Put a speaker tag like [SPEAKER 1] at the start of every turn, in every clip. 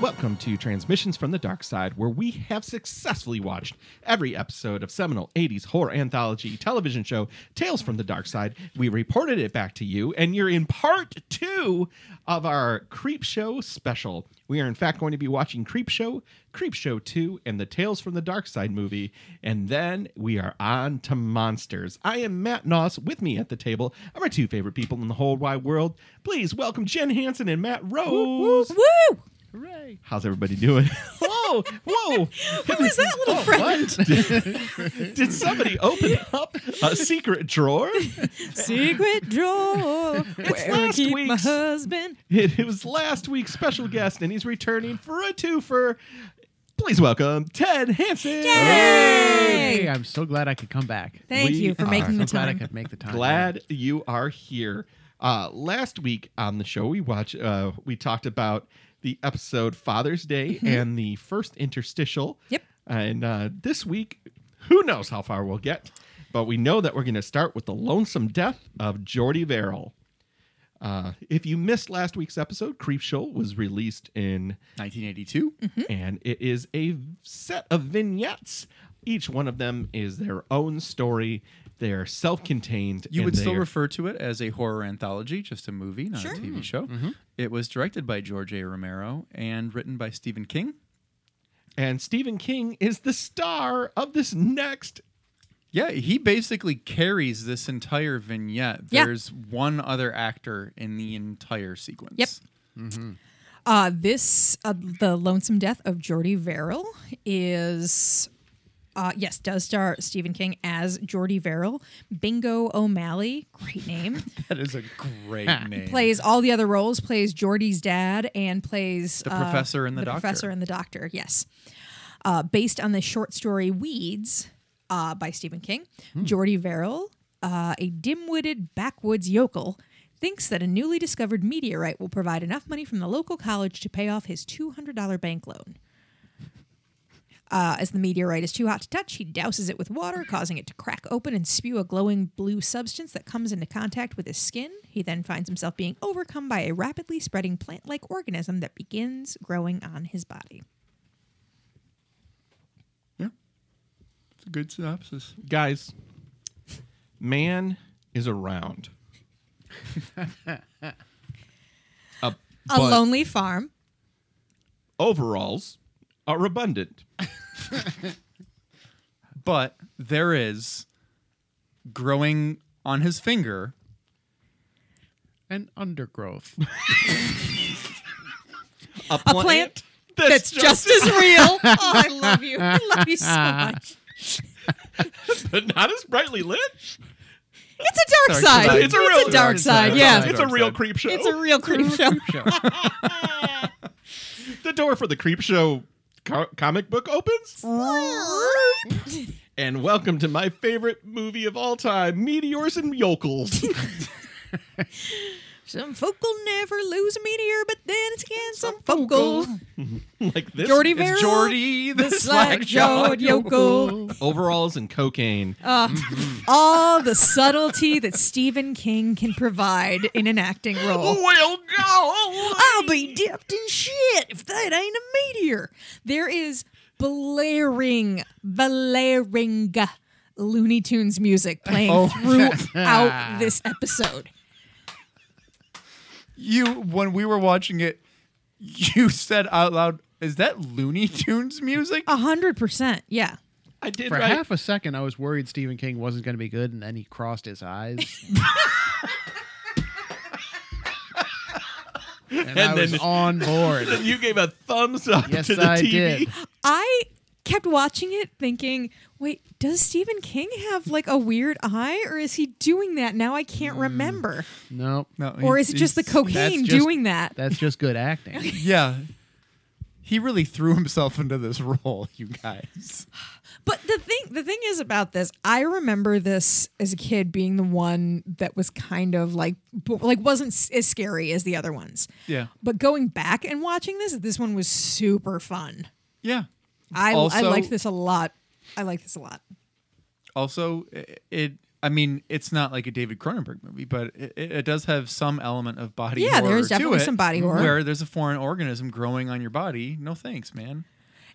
[SPEAKER 1] welcome to Transmissions from the Dark Side, where we have successfully watched every episode of seminal 80s horror anthology television show Tales from the Dark Side. We reported it back to you, and you're in part two of our Creep Show special. We are, in fact, going to be watching Creep Show, Creep Show 2, and the Tales from the Dark Side movie. And then we are on to monsters. I am Matt Noss. With me at the table are my two favorite people in the whole wide world. Please welcome Jen Hansen and Matt Rose.
[SPEAKER 2] Woo!
[SPEAKER 3] Hooray!
[SPEAKER 1] How's everybody doing? whoa, whoa. Oh,
[SPEAKER 2] Who is that little friend?
[SPEAKER 1] Did somebody open up a secret drawer?
[SPEAKER 2] Secret drawer where I
[SPEAKER 1] last
[SPEAKER 2] keep my
[SPEAKER 1] week's-
[SPEAKER 2] husband.
[SPEAKER 1] It, it was last week's special guest, and he's returning for a twofer. Please welcome Ted Hansen.
[SPEAKER 2] Yay!
[SPEAKER 3] Hey, I'm so glad I could come back.
[SPEAKER 2] Thank
[SPEAKER 1] We
[SPEAKER 2] you for
[SPEAKER 1] are
[SPEAKER 2] making
[SPEAKER 3] I'm
[SPEAKER 2] the
[SPEAKER 3] so glad I
[SPEAKER 2] time.
[SPEAKER 3] could make the time.
[SPEAKER 1] Glad you are here. Uh, last week on the show, we watch uh, we talked about the episode Father's Day
[SPEAKER 4] Mm-hmm.
[SPEAKER 1] and the first interstitial.
[SPEAKER 2] Yep.
[SPEAKER 1] And uh, this week, who knows how far we'll get, but we know that we're going to start with the lonesome death of Jordy Verrill. Uh, if you missed last week's episode, Creep Show was released in
[SPEAKER 4] 1982.
[SPEAKER 2] Mm-hmm.
[SPEAKER 1] and it is a set of vignettes. Each one of them is their own story. They're self-contained.
[SPEAKER 4] You
[SPEAKER 1] and
[SPEAKER 4] would still
[SPEAKER 1] they are-
[SPEAKER 4] refer to it as a horror anthology, just a movie, not
[SPEAKER 2] Sure.
[SPEAKER 4] a TV show.
[SPEAKER 1] Mm-hmm.
[SPEAKER 4] It was directed by George A. Romero and written by Stephen King.
[SPEAKER 1] and Stephen King is the star of this next.
[SPEAKER 4] Yeah, he basically carries this entire vignette.
[SPEAKER 2] Yeah.
[SPEAKER 4] There's one other actor in the entire sequence.
[SPEAKER 2] Yep. Uh, this, uh, the lonesome death of Jordy Verrill is, uh, yes, does star Stephen King as Jordy Verrill. Bingo O'Malley, great name,
[SPEAKER 4] That is a great name.
[SPEAKER 2] plays all the other roles. Plays Jordy's dad and plays
[SPEAKER 4] The professor and the doctor.
[SPEAKER 2] professor and the doctor. Yes, uh, based on the short story "Weeds" uh, by Stephen King,
[SPEAKER 4] Hmm.
[SPEAKER 2] Jordy Verrill, uh, a dim-witted backwoods yokel, thinks that a newly discovered meteorite will provide enough money from the local college to pay off his two hundred dollar bank loan. Uh, as the meteorite is too hot to touch, he douses it with water, causing it to crack open and spew a glowing blue substance that comes into contact with his skin. He then finds himself being overcome by a rapidly spreading plant like organism that begins growing on his body.
[SPEAKER 4] Yeah. It's a good synopsis.
[SPEAKER 1] Guys, man is around. a
[SPEAKER 2] A
[SPEAKER 1] but
[SPEAKER 2] lonely farm.
[SPEAKER 1] overalls are abundant.
[SPEAKER 4] But there is growing on his finger
[SPEAKER 3] And undergrowth.
[SPEAKER 1] A
[SPEAKER 2] plant That's just as real. Oh, I love you. I love you so much.
[SPEAKER 1] but not as brightly lit.
[SPEAKER 2] It's a dark, side.
[SPEAKER 4] side.
[SPEAKER 2] It's a real dark side.
[SPEAKER 4] Yeah.
[SPEAKER 2] Yeah.
[SPEAKER 1] it's a real
[SPEAKER 4] Dark side.
[SPEAKER 1] creep show.
[SPEAKER 2] It's a real creep show.
[SPEAKER 1] the door for the creep show co- comic book opens and welcome to my favorite movie of all time meteors and yokels
[SPEAKER 2] Some folk will never lose a meteor, but then it's again some folk will.
[SPEAKER 1] like this
[SPEAKER 2] Jordy
[SPEAKER 4] It's
[SPEAKER 2] Verrill,
[SPEAKER 4] Jordy
[SPEAKER 2] the slack-jawed yokel.
[SPEAKER 1] overalls and cocaine
[SPEAKER 2] Uh, all the subtlety that Stephen King can provide in an acting role.
[SPEAKER 1] will go
[SPEAKER 2] I'll be dipped in shit if that ain't a meteor. There is blaring, blaring Looney Tunes music playing throughout this episode.
[SPEAKER 4] You when we were watching it, you said out loud, "Is that Looney Tunes music?"
[SPEAKER 2] A hundred percent, yeah.
[SPEAKER 1] i did
[SPEAKER 3] For
[SPEAKER 1] right
[SPEAKER 3] half a second, I was worried Stephen King wasn't going to be good, and then he crossed his eyes. and, I
[SPEAKER 1] then-
[SPEAKER 3] was on board.
[SPEAKER 1] you gave a thumbs up
[SPEAKER 3] yes,
[SPEAKER 1] to the
[SPEAKER 3] I
[SPEAKER 1] tv
[SPEAKER 3] did.
[SPEAKER 2] I kept watching it thinking, wait, does Stephen King have like a weird eye or is he doing that? Now I can't remember.
[SPEAKER 3] No,
[SPEAKER 4] No,
[SPEAKER 2] Or
[SPEAKER 4] he's-
[SPEAKER 2] is it just the
[SPEAKER 4] he's-
[SPEAKER 2] cocaine
[SPEAKER 3] just-
[SPEAKER 2] doing that?
[SPEAKER 3] that's just good acting.
[SPEAKER 4] Yeah, he really threw himself into this role, you guys.
[SPEAKER 2] But the thing the thing is about this, I remember this as a kid being the one that was kind of like bo- like wasn't s- as scary as the other ones.
[SPEAKER 4] Yeah,
[SPEAKER 2] But going back and watching this, this one was super fun.
[SPEAKER 4] yeah.
[SPEAKER 2] I I
[SPEAKER 4] Also-
[SPEAKER 2] liked this a lot. I liked this a lot.
[SPEAKER 4] Also, i- it. I mean, it's not like a David Cronenberg movie, but it, it it does have some element of body.
[SPEAKER 2] Yeah,
[SPEAKER 4] horror
[SPEAKER 2] there's
[SPEAKER 4] to
[SPEAKER 2] definitely
[SPEAKER 4] it,
[SPEAKER 2] some body horror.
[SPEAKER 4] where there's a foreign organism growing on your body. No thanks, man.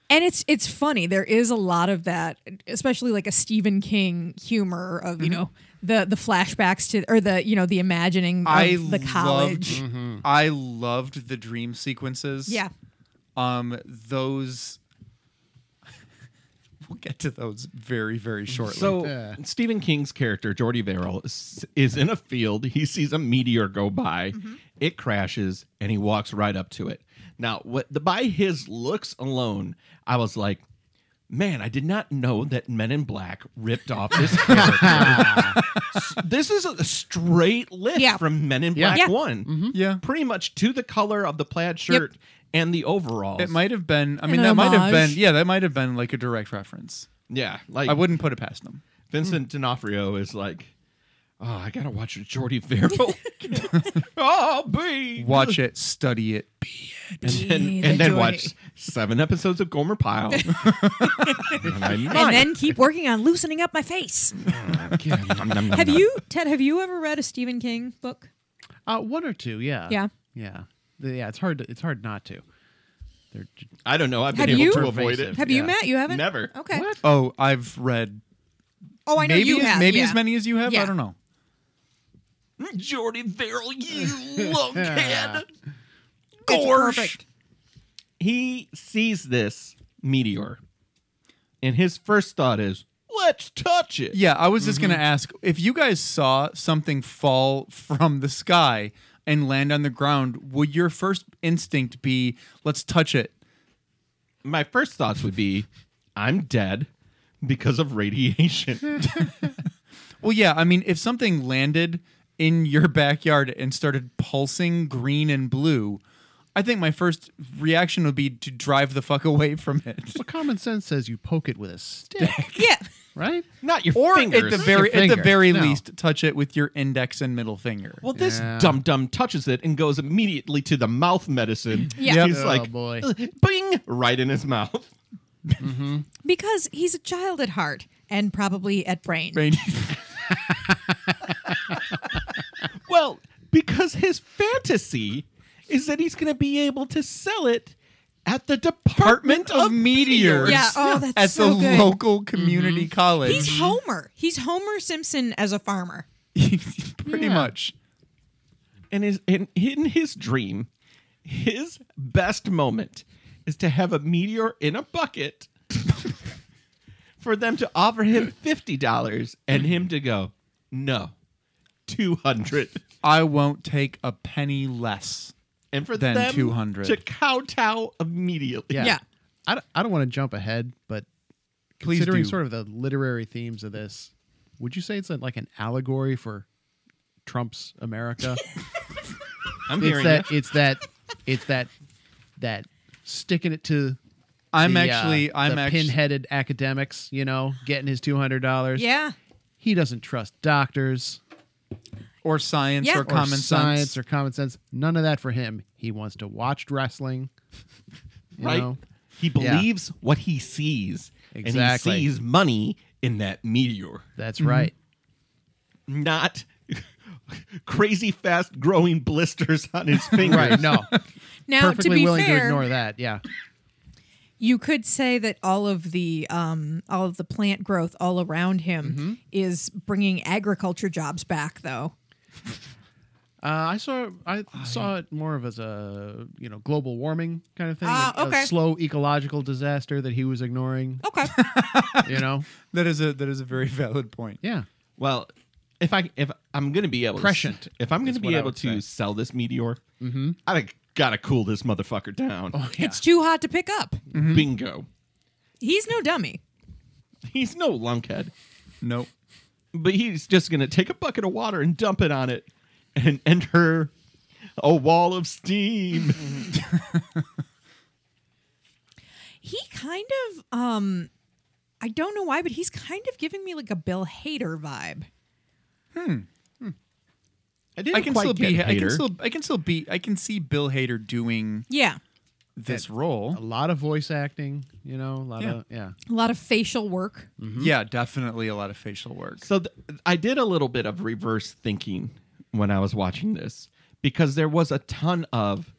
[SPEAKER 2] And it's it's funny. There is a lot of that, especially like a Stephen King humor of you know the the flashbacks to or the you know the imagining of
[SPEAKER 4] I
[SPEAKER 2] the college.
[SPEAKER 4] Loved, I loved the dream sequences.
[SPEAKER 2] Yeah,
[SPEAKER 4] Um, those. we'll get to those very very shortly.
[SPEAKER 1] So
[SPEAKER 3] Yeah.
[SPEAKER 1] Stephen King's character Jordy Verrill is, is in a field. He sees a meteor go by.
[SPEAKER 2] Mm-hmm.
[SPEAKER 1] It crashes, and he walks right up to it. Now, what the by his looks alone, I was like, man, I did not know that Men in Black ripped off this character. S- this is a straight lift
[SPEAKER 2] Yeah.
[SPEAKER 1] from Men in
[SPEAKER 3] Yeah. Mm-hmm.
[SPEAKER 1] Black
[SPEAKER 2] Yeah.
[SPEAKER 1] One,
[SPEAKER 4] yeah,
[SPEAKER 1] pretty much to the color of the plaid shirt and the overalls.
[SPEAKER 4] it might have been. I mean,
[SPEAKER 2] An
[SPEAKER 4] that might have
[SPEAKER 2] homage.
[SPEAKER 4] been. Yeah, that might have been like a direct reference.
[SPEAKER 1] yeah, like
[SPEAKER 4] I wouldn't put it past them.
[SPEAKER 1] Vincent D'Onofrio is like, oh, I gotta watch Jordy Verrill. oh, be
[SPEAKER 4] Watch it, study it.
[SPEAKER 1] and then,
[SPEAKER 2] Be
[SPEAKER 1] and
[SPEAKER 2] the
[SPEAKER 1] then
[SPEAKER 2] Jordy.
[SPEAKER 1] watch seven episodes of Gomer Pyle. and I
[SPEAKER 2] and
[SPEAKER 1] might-
[SPEAKER 2] then keep working on loosening up my face. Have you, Ted? Have you ever read a Stephen King book?
[SPEAKER 3] Uh, one or two, yeah,
[SPEAKER 2] Yeah.
[SPEAKER 3] yeah, The- yeah. It's hard. To, it's hard not to. They're j-
[SPEAKER 1] I don't know. I've been
[SPEAKER 2] Have
[SPEAKER 1] able
[SPEAKER 2] you?
[SPEAKER 1] to avoid it.
[SPEAKER 2] Have you
[SPEAKER 3] Yeah.
[SPEAKER 2] met? You haven't.
[SPEAKER 1] Never.
[SPEAKER 2] Okay.
[SPEAKER 3] What?
[SPEAKER 4] Oh, I've read
[SPEAKER 2] Oh, I know
[SPEAKER 4] maybe
[SPEAKER 2] you
[SPEAKER 4] as,
[SPEAKER 2] have.
[SPEAKER 4] maybe
[SPEAKER 2] yeah.
[SPEAKER 4] as many as you have.
[SPEAKER 2] Yeah.
[SPEAKER 4] I don't know.
[SPEAKER 1] Jordy Verrill, Mm, you love
[SPEAKER 3] Yeah.
[SPEAKER 1] cat.
[SPEAKER 2] It's
[SPEAKER 4] Gorsh.
[SPEAKER 2] perfect.
[SPEAKER 1] He sees this meteor, and his first thought is, "Let's touch it."
[SPEAKER 4] Yeah, I was just
[SPEAKER 1] Mm-hmm.
[SPEAKER 4] gonna ask if you guys saw something fall from the sky and land on the ground. Would your first instinct be let's touch it?
[SPEAKER 1] my first thoughts would be, I'm dead because of radiation.
[SPEAKER 4] Well, yeah. I mean, if something landed in your backyard and started pulsing green and blue, I think my first reaction would be to drive the fuck away from it.
[SPEAKER 3] Well, common sense says you poke it with a stick,
[SPEAKER 2] Yeah.
[SPEAKER 3] right?
[SPEAKER 1] Not your
[SPEAKER 4] Or
[SPEAKER 1] fingers.
[SPEAKER 4] at the very at the
[SPEAKER 3] finger.
[SPEAKER 4] very
[SPEAKER 3] No.
[SPEAKER 4] least, touch it with your index and middle finger.
[SPEAKER 1] well, this
[SPEAKER 3] Yeah.
[SPEAKER 1] dum dum touches it and goes immediately to the mouth medicine.
[SPEAKER 2] Yeah.
[SPEAKER 4] Yep.
[SPEAKER 1] He's
[SPEAKER 3] Oh,
[SPEAKER 1] like,
[SPEAKER 3] boy.
[SPEAKER 1] "Ugh," bing, right in his mouth.
[SPEAKER 2] Because he's a child at heart and probably at brain.
[SPEAKER 4] Right.
[SPEAKER 1] Well, because his fantasy is that he's going to be able to sell it at the Department,
[SPEAKER 4] Department of
[SPEAKER 1] of
[SPEAKER 4] Meteors.
[SPEAKER 2] Yeah, oh, that's
[SPEAKER 4] at
[SPEAKER 2] so
[SPEAKER 4] the
[SPEAKER 2] good.
[SPEAKER 4] local community
[SPEAKER 3] Mm-hmm.
[SPEAKER 4] college.
[SPEAKER 2] He's Homer. He's Homer Simpson as a farmer.
[SPEAKER 4] pretty much.
[SPEAKER 1] and his in, in his dream, his best moment is to have a meteor in a bucket for them to offer him fifty dollars and him to go, no, two hundred,
[SPEAKER 4] I won't take a penny less.
[SPEAKER 1] and for
[SPEAKER 4] Then
[SPEAKER 1] them
[SPEAKER 4] 200.
[SPEAKER 1] to kowtow immediately.
[SPEAKER 3] Yeah.
[SPEAKER 2] Yeah.
[SPEAKER 3] I don't, I don't want to jump ahead, but
[SPEAKER 4] Please
[SPEAKER 3] considering
[SPEAKER 4] do.
[SPEAKER 3] sort of the literary themes of this, would you say it's like an allegory for Trump's America?
[SPEAKER 1] I'm
[SPEAKER 3] it's
[SPEAKER 1] hearing
[SPEAKER 3] that.
[SPEAKER 1] you.
[SPEAKER 3] It's that. It's that. That sticking it to.
[SPEAKER 4] I'm
[SPEAKER 3] the, uh,
[SPEAKER 4] actually, I'm
[SPEAKER 3] the
[SPEAKER 4] actually,
[SPEAKER 3] pinheaded academics. You know, getting his two hundred dollars.
[SPEAKER 2] Yeah.
[SPEAKER 3] He doesn't trust doctors
[SPEAKER 4] or science
[SPEAKER 2] Yeah. Or
[SPEAKER 4] or,
[SPEAKER 3] or
[SPEAKER 4] common
[SPEAKER 3] science
[SPEAKER 4] sense.
[SPEAKER 3] or common sense. None of that for him. He wants to watch wrestling. You
[SPEAKER 1] right.
[SPEAKER 3] know?
[SPEAKER 1] He believes what he sees,
[SPEAKER 3] Exactly.
[SPEAKER 1] and he sees money in that meteor.
[SPEAKER 3] That's
[SPEAKER 4] Mm-hmm.
[SPEAKER 3] right.
[SPEAKER 1] not crazy fast growing blisters on his fingers.
[SPEAKER 3] Right. No.
[SPEAKER 2] Now, to
[SPEAKER 3] Perfectly
[SPEAKER 2] be
[SPEAKER 3] willing to
[SPEAKER 2] fair,
[SPEAKER 3] ignore that. Yeah.
[SPEAKER 2] you could say that all of the um, all of the plant growth all around him is bringing agriculture jobs back, though.
[SPEAKER 3] Uh, I saw I saw it more of as a you know global warming kind of thing,
[SPEAKER 2] Ah,
[SPEAKER 3] a- a
[SPEAKER 2] okay.
[SPEAKER 3] slow ecological disaster that he was ignoring.
[SPEAKER 2] Okay.
[SPEAKER 3] You know,
[SPEAKER 4] That is a that is a very valid point.
[SPEAKER 3] yeah,
[SPEAKER 1] Well, if I if I'm gonna be able
[SPEAKER 3] Prescient
[SPEAKER 1] to, if I'm gonna
[SPEAKER 3] is
[SPEAKER 1] be
[SPEAKER 3] what I
[SPEAKER 1] able
[SPEAKER 3] would
[SPEAKER 1] to
[SPEAKER 3] say. Mm-hmm.
[SPEAKER 1] sell this meteor, I gotta cool this motherfucker
[SPEAKER 3] Oh,
[SPEAKER 1] down. Mm-hmm.
[SPEAKER 2] It's too hot to pick up.
[SPEAKER 3] mm-hmm.
[SPEAKER 1] Bingo.
[SPEAKER 2] He's no dummy.
[SPEAKER 1] He's no lunkhead,
[SPEAKER 4] Nope.
[SPEAKER 1] but he's just gonna take a bucket of water and dump it on it, and enter a wall of steam.
[SPEAKER 2] He kind of um I don't know why, but he's kind of giving me like a Bill Hader vibe.
[SPEAKER 1] I didn't
[SPEAKER 4] I can
[SPEAKER 1] quite
[SPEAKER 4] still
[SPEAKER 1] get
[SPEAKER 4] be. I can
[SPEAKER 1] Hader.
[SPEAKER 4] still. I can still be. I can see Bill Hader doing
[SPEAKER 2] Yeah.
[SPEAKER 4] this
[SPEAKER 3] That-
[SPEAKER 4] role.
[SPEAKER 3] A
[SPEAKER 1] Oh,
[SPEAKER 3] lot of voice acting, you know, a lot
[SPEAKER 4] Yeah.
[SPEAKER 3] of yeah.
[SPEAKER 2] A lot of facial work.
[SPEAKER 1] mm-hmm.
[SPEAKER 4] Yeah, definitely a lot of facial work.
[SPEAKER 1] So th- I did a little bit of reverse thinking when I was watching this because there was a ton of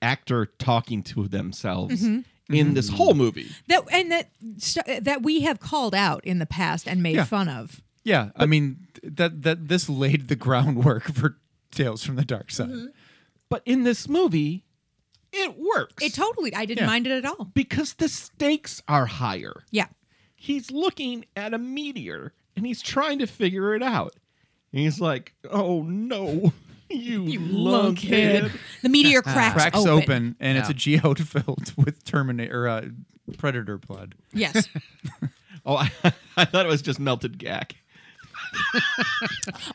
[SPEAKER 1] actor talking to themselves
[SPEAKER 3] Mm-hmm.
[SPEAKER 1] in this whole movie.
[SPEAKER 2] That and that st- that we have called out in the past and made
[SPEAKER 4] Yeah.
[SPEAKER 2] fun of.
[SPEAKER 4] Yeah, I mean that that this laid the groundwork for Tales from the Dark Side.
[SPEAKER 2] Mm-hmm.
[SPEAKER 1] But in this movie, it works.
[SPEAKER 2] It totally. I didn't
[SPEAKER 4] Yeah.
[SPEAKER 2] mind it at all.
[SPEAKER 1] because the stakes are higher.
[SPEAKER 2] Yeah.
[SPEAKER 1] He's looking at a meteor and he's trying to figure it out. And he's like, "Oh no, you, lunkhead."
[SPEAKER 2] The meteor cracks,
[SPEAKER 4] Ah. Cracks open,
[SPEAKER 2] open.
[SPEAKER 4] and it's a geode filled with Terminator uh, Predator blood.
[SPEAKER 2] Yes.
[SPEAKER 1] Oh, I, I thought it was just melted gack.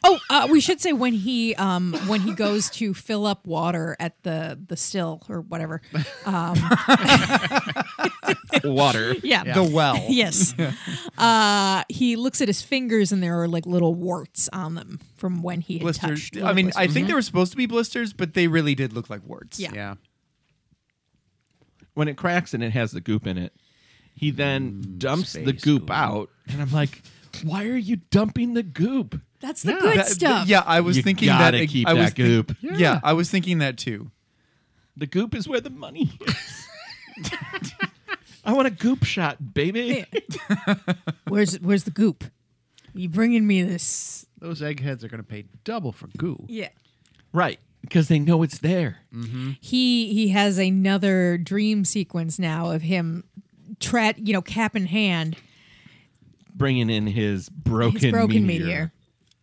[SPEAKER 2] Oh, uh, we should say when he um, when he goes to fill up water at the the still or whatever. Um,
[SPEAKER 1] Water.
[SPEAKER 2] yeah.
[SPEAKER 4] The well.
[SPEAKER 2] Yes. Uh, he looks at his fingers and there are like little warts on them from when he had
[SPEAKER 4] Blisters.
[SPEAKER 2] touched.
[SPEAKER 4] I mean,
[SPEAKER 2] little
[SPEAKER 4] I think they were supposed to be blisters, but they really did look like warts.
[SPEAKER 2] Yeah.
[SPEAKER 3] Yeah.
[SPEAKER 1] when it cracks and it has the goop in it, he then dumps the Mm, goop out, and I'm like, "Why are you dumping the goop?"
[SPEAKER 2] blisters. that's the
[SPEAKER 3] Yeah.
[SPEAKER 2] good
[SPEAKER 4] That-
[SPEAKER 2] stuff.
[SPEAKER 4] Yeah, I was
[SPEAKER 1] You
[SPEAKER 4] thinking
[SPEAKER 1] gotta
[SPEAKER 4] that.
[SPEAKER 1] keep
[SPEAKER 4] I was
[SPEAKER 1] that goop.
[SPEAKER 4] yeah. I was thinking that too.
[SPEAKER 1] The goop is where the money is. I want a goop shot, baby.
[SPEAKER 2] Where's where's the goop? You bringing me this?
[SPEAKER 3] Those eggheads are going to pay double for goo.
[SPEAKER 2] Yeah.
[SPEAKER 1] Right, because they know it's there.
[SPEAKER 2] He he has another dream sequence now of him, tra- you know, cap in hand,
[SPEAKER 1] Bringing in his broken,
[SPEAKER 2] his broken meteor.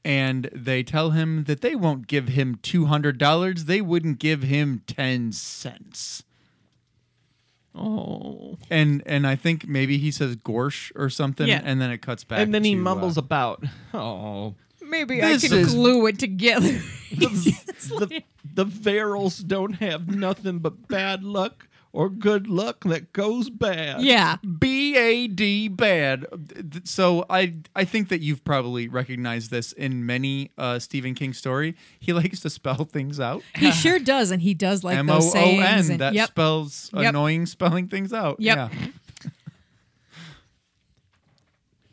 [SPEAKER 4] And they tell him that they won't give him two hundred dollars. They wouldn't give him ten cents.
[SPEAKER 1] Oh,
[SPEAKER 4] And and I think maybe he says gorsh or something,
[SPEAKER 2] Yeah.
[SPEAKER 4] and then it cuts back.
[SPEAKER 1] and then he
[SPEAKER 4] to, uh,
[SPEAKER 1] mumbles about, "Oh,
[SPEAKER 2] Maybe
[SPEAKER 4] This
[SPEAKER 2] I can
[SPEAKER 4] is-
[SPEAKER 2] glue it together.
[SPEAKER 1] the, the Verils don't have nothing but bad luck or good luck that goes bad."
[SPEAKER 2] yeah.
[SPEAKER 4] B A D bad. Th- So I I think that you've probably recognized this in many uh, Stephen King story. He likes to spell things out.
[SPEAKER 2] He sure does, and he does like
[SPEAKER 4] M
[SPEAKER 2] those
[SPEAKER 4] O O
[SPEAKER 2] sayings.
[SPEAKER 4] N.
[SPEAKER 2] and-
[SPEAKER 4] That
[SPEAKER 2] yep.
[SPEAKER 4] spells
[SPEAKER 2] Yep.
[SPEAKER 4] annoying spelling things out.
[SPEAKER 2] Yep.
[SPEAKER 4] Yeah.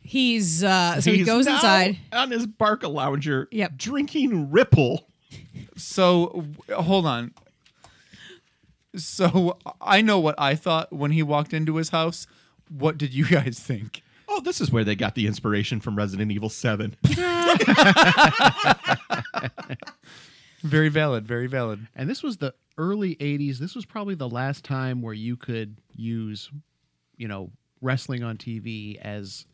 [SPEAKER 2] He's uh, so he
[SPEAKER 1] He's
[SPEAKER 2] goes
[SPEAKER 1] now
[SPEAKER 2] inside.
[SPEAKER 1] on his Barca lounger,
[SPEAKER 2] Yep.
[SPEAKER 1] drinking Ripple.
[SPEAKER 4] So w- hold on. So I know what I thought when he walked into his house. What did you guys think?
[SPEAKER 1] Oh, this is where they got the inspiration from Resident Evil 7.
[SPEAKER 4] Very valid. Very valid.
[SPEAKER 3] And this was the early 80s. This was probably the last time where you could use, you know, wrestling on TV as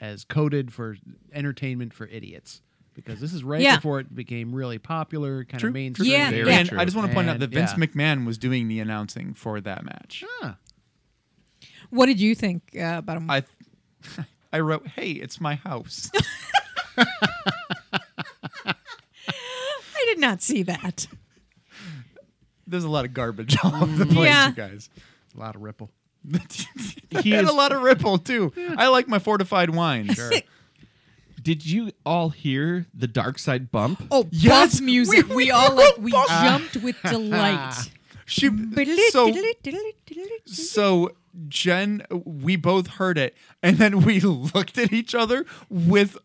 [SPEAKER 3] as coded for entertainment for idiots because this is right
[SPEAKER 2] Yeah.
[SPEAKER 3] before it became really popular, kind
[SPEAKER 4] True,
[SPEAKER 3] of mainstream.
[SPEAKER 2] Yeah,
[SPEAKER 1] Very
[SPEAKER 2] yeah.
[SPEAKER 4] and I just want to point out
[SPEAKER 3] And-
[SPEAKER 4] that Vince
[SPEAKER 3] yeah.
[SPEAKER 4] McMahon was doing the announcing for that match.
[SPEAKER 3] Ah,
[SPEAKER 2] What did you think uh, about him?
[SPEAKER 4] I I wrote, "Hey, it's my house."
[SPEAKER 2] I did not see that.
[SPEAKER 4] There's a lot of garbage all over the place,
[SPEAKER 2] Yeah.
[SPEAKER 4] you guys.
[SPEAKER 3] a lot of ripple.
[SPEAKER 1] He
[SPEAKER 4] he had
[SPEAKER 1] is-
[SPEAKER 4] a lot of ripple too. I like my fortified wine.
[SPEAKER 1] Did you all hear the dark side bump?
[SPEAKER 2] Oh,
[SPEAKER 4] Yes,
[SPEAKER 2] buzz music!
[SPEAKER 4] we- Oh,
[SPEAKER 2] We,
[SPEAKER 4] we
[SPEAKER 2] all
[SPEAKER 4] were
[SPEAKER 2] like we
[SPEAKER 4] both-
[SPEAKER 2] jumped with delight.
[SPEAKER 4] She, so so Jen, we both heard it, and then we looked at each other with,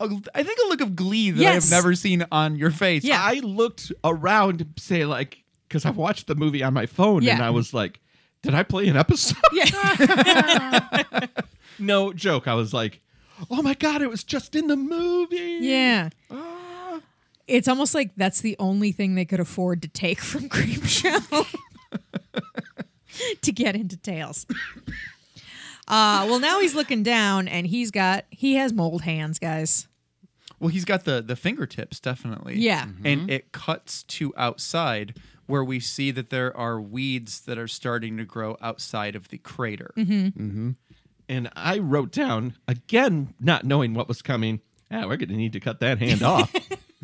[SPEAKER 4] a, I think, a look of glee that
[SPEAKER 2] Yes.
[SPEAKER 4] I've never seen on your face.
[SPEAKER 2] Yeah.
[SPEAKER 1] I looked around, say, like, because I watched the movie on my phone and
[SPEAKER 2] Yeah.
[SPEAKER 1] I was like, did I play an episode?
[SPEAKER 2] yeah,
[SPEAKER 1] no joke. I was like, oh my God, it was just in the movie.
[SPEAKER 2] yeah.
[SPEAKER 4] Ah.
[SPEAKER 2] It's almost like that's the only thing they could afford to take from Creep Show to get into Tails. Uh, well, now he's looking down, and he's got he has mold hands, guys.
[SPEAKER 4] Well, he's got the the fingertips definitely. Mm-hmm.
[SPEAKER 2] Yeah.
[SPEAKER 4] And it cuts to outside where we see that there are weeds that are starting to grow outside of the crater.
[SPEAKER 2] Mm-hmm.
[SPEAKER 1] And I wrote down, again, not knowing what was coming, ah, we're going to need to cut that hand off.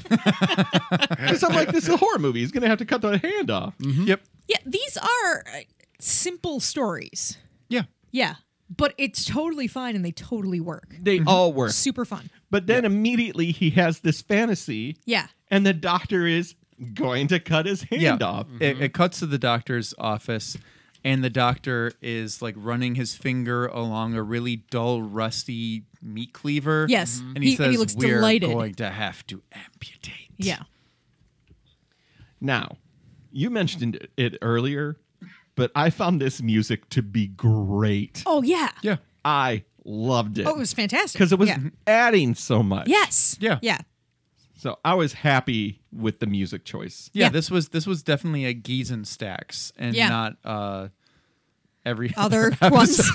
[SPEAKER 1] Because I'm like, this is a horror movie. He's going to have to cut that hand off.
[SPEAKER 4] Yep.
[SPEAKER 2] Yeah, these are uh, simple stories.
[SPEAKER 4] Yeah.
[SPEAKER 2] Yeah, but it's totally fine, and they totally work.
[SPEAKER 1] They all work.
[SPEAKER 2] Super fun.
[SPEAKER 1] But then immediately he has this fantasy,
[SPEAKER 2] Yeah.
[SPEAKER 1] and the doctor is going to cut his hand
[SPEAKER 4] Yeah. Mm.
[SPEAKER 1] off.
[SPEAKER 4] It, it cuts to the doctor's office and the doctor is like running his finger along a really dull, rusty meat cleaver.
[SPEAKER 1] Mm-hmm.
[SPEAKER 2] Yes.
[SPEAKER 4] and he,
[SPEAKER 2] He-
[SPEAKER 4] says,
[SPEAKER 2] and he looks
[SPEAKER 4] "We're
[SPEAKER 2] delighted."
[SPEAKER 4] going to have to amputate."
[SPEAKER 2] Yeah.
[SPEAKER 1] Now, you mentioned it earlier, but I found this music to be great.
[SPEAKER 2] Oh yeah.
[SPEAKER 4] yeah,
[SPEAKER 1] I loved it.
[SPEAKER 2] Oh, it was fantastic.
[SPEAKER 1] because it was
[SPEAKER 2] Yeah.
[SPEAKER 1] adding so much.
[SPEAKER 2] Yes.
[SPEAKER 4] Yeah.
[SPEAKER 2] Yeah.
[SPEAKER 1] So I was happy with the music choice.
[SPEAKER 4] yeah,
[SPEAKER 2] Yeah.
[SPEAKER 4] This was this was definitely a Giesen stacks and
[SPEAKER 2] Yeah.
[SPEAKER 4] not uh, every
[SPEAKER 2] Other ones.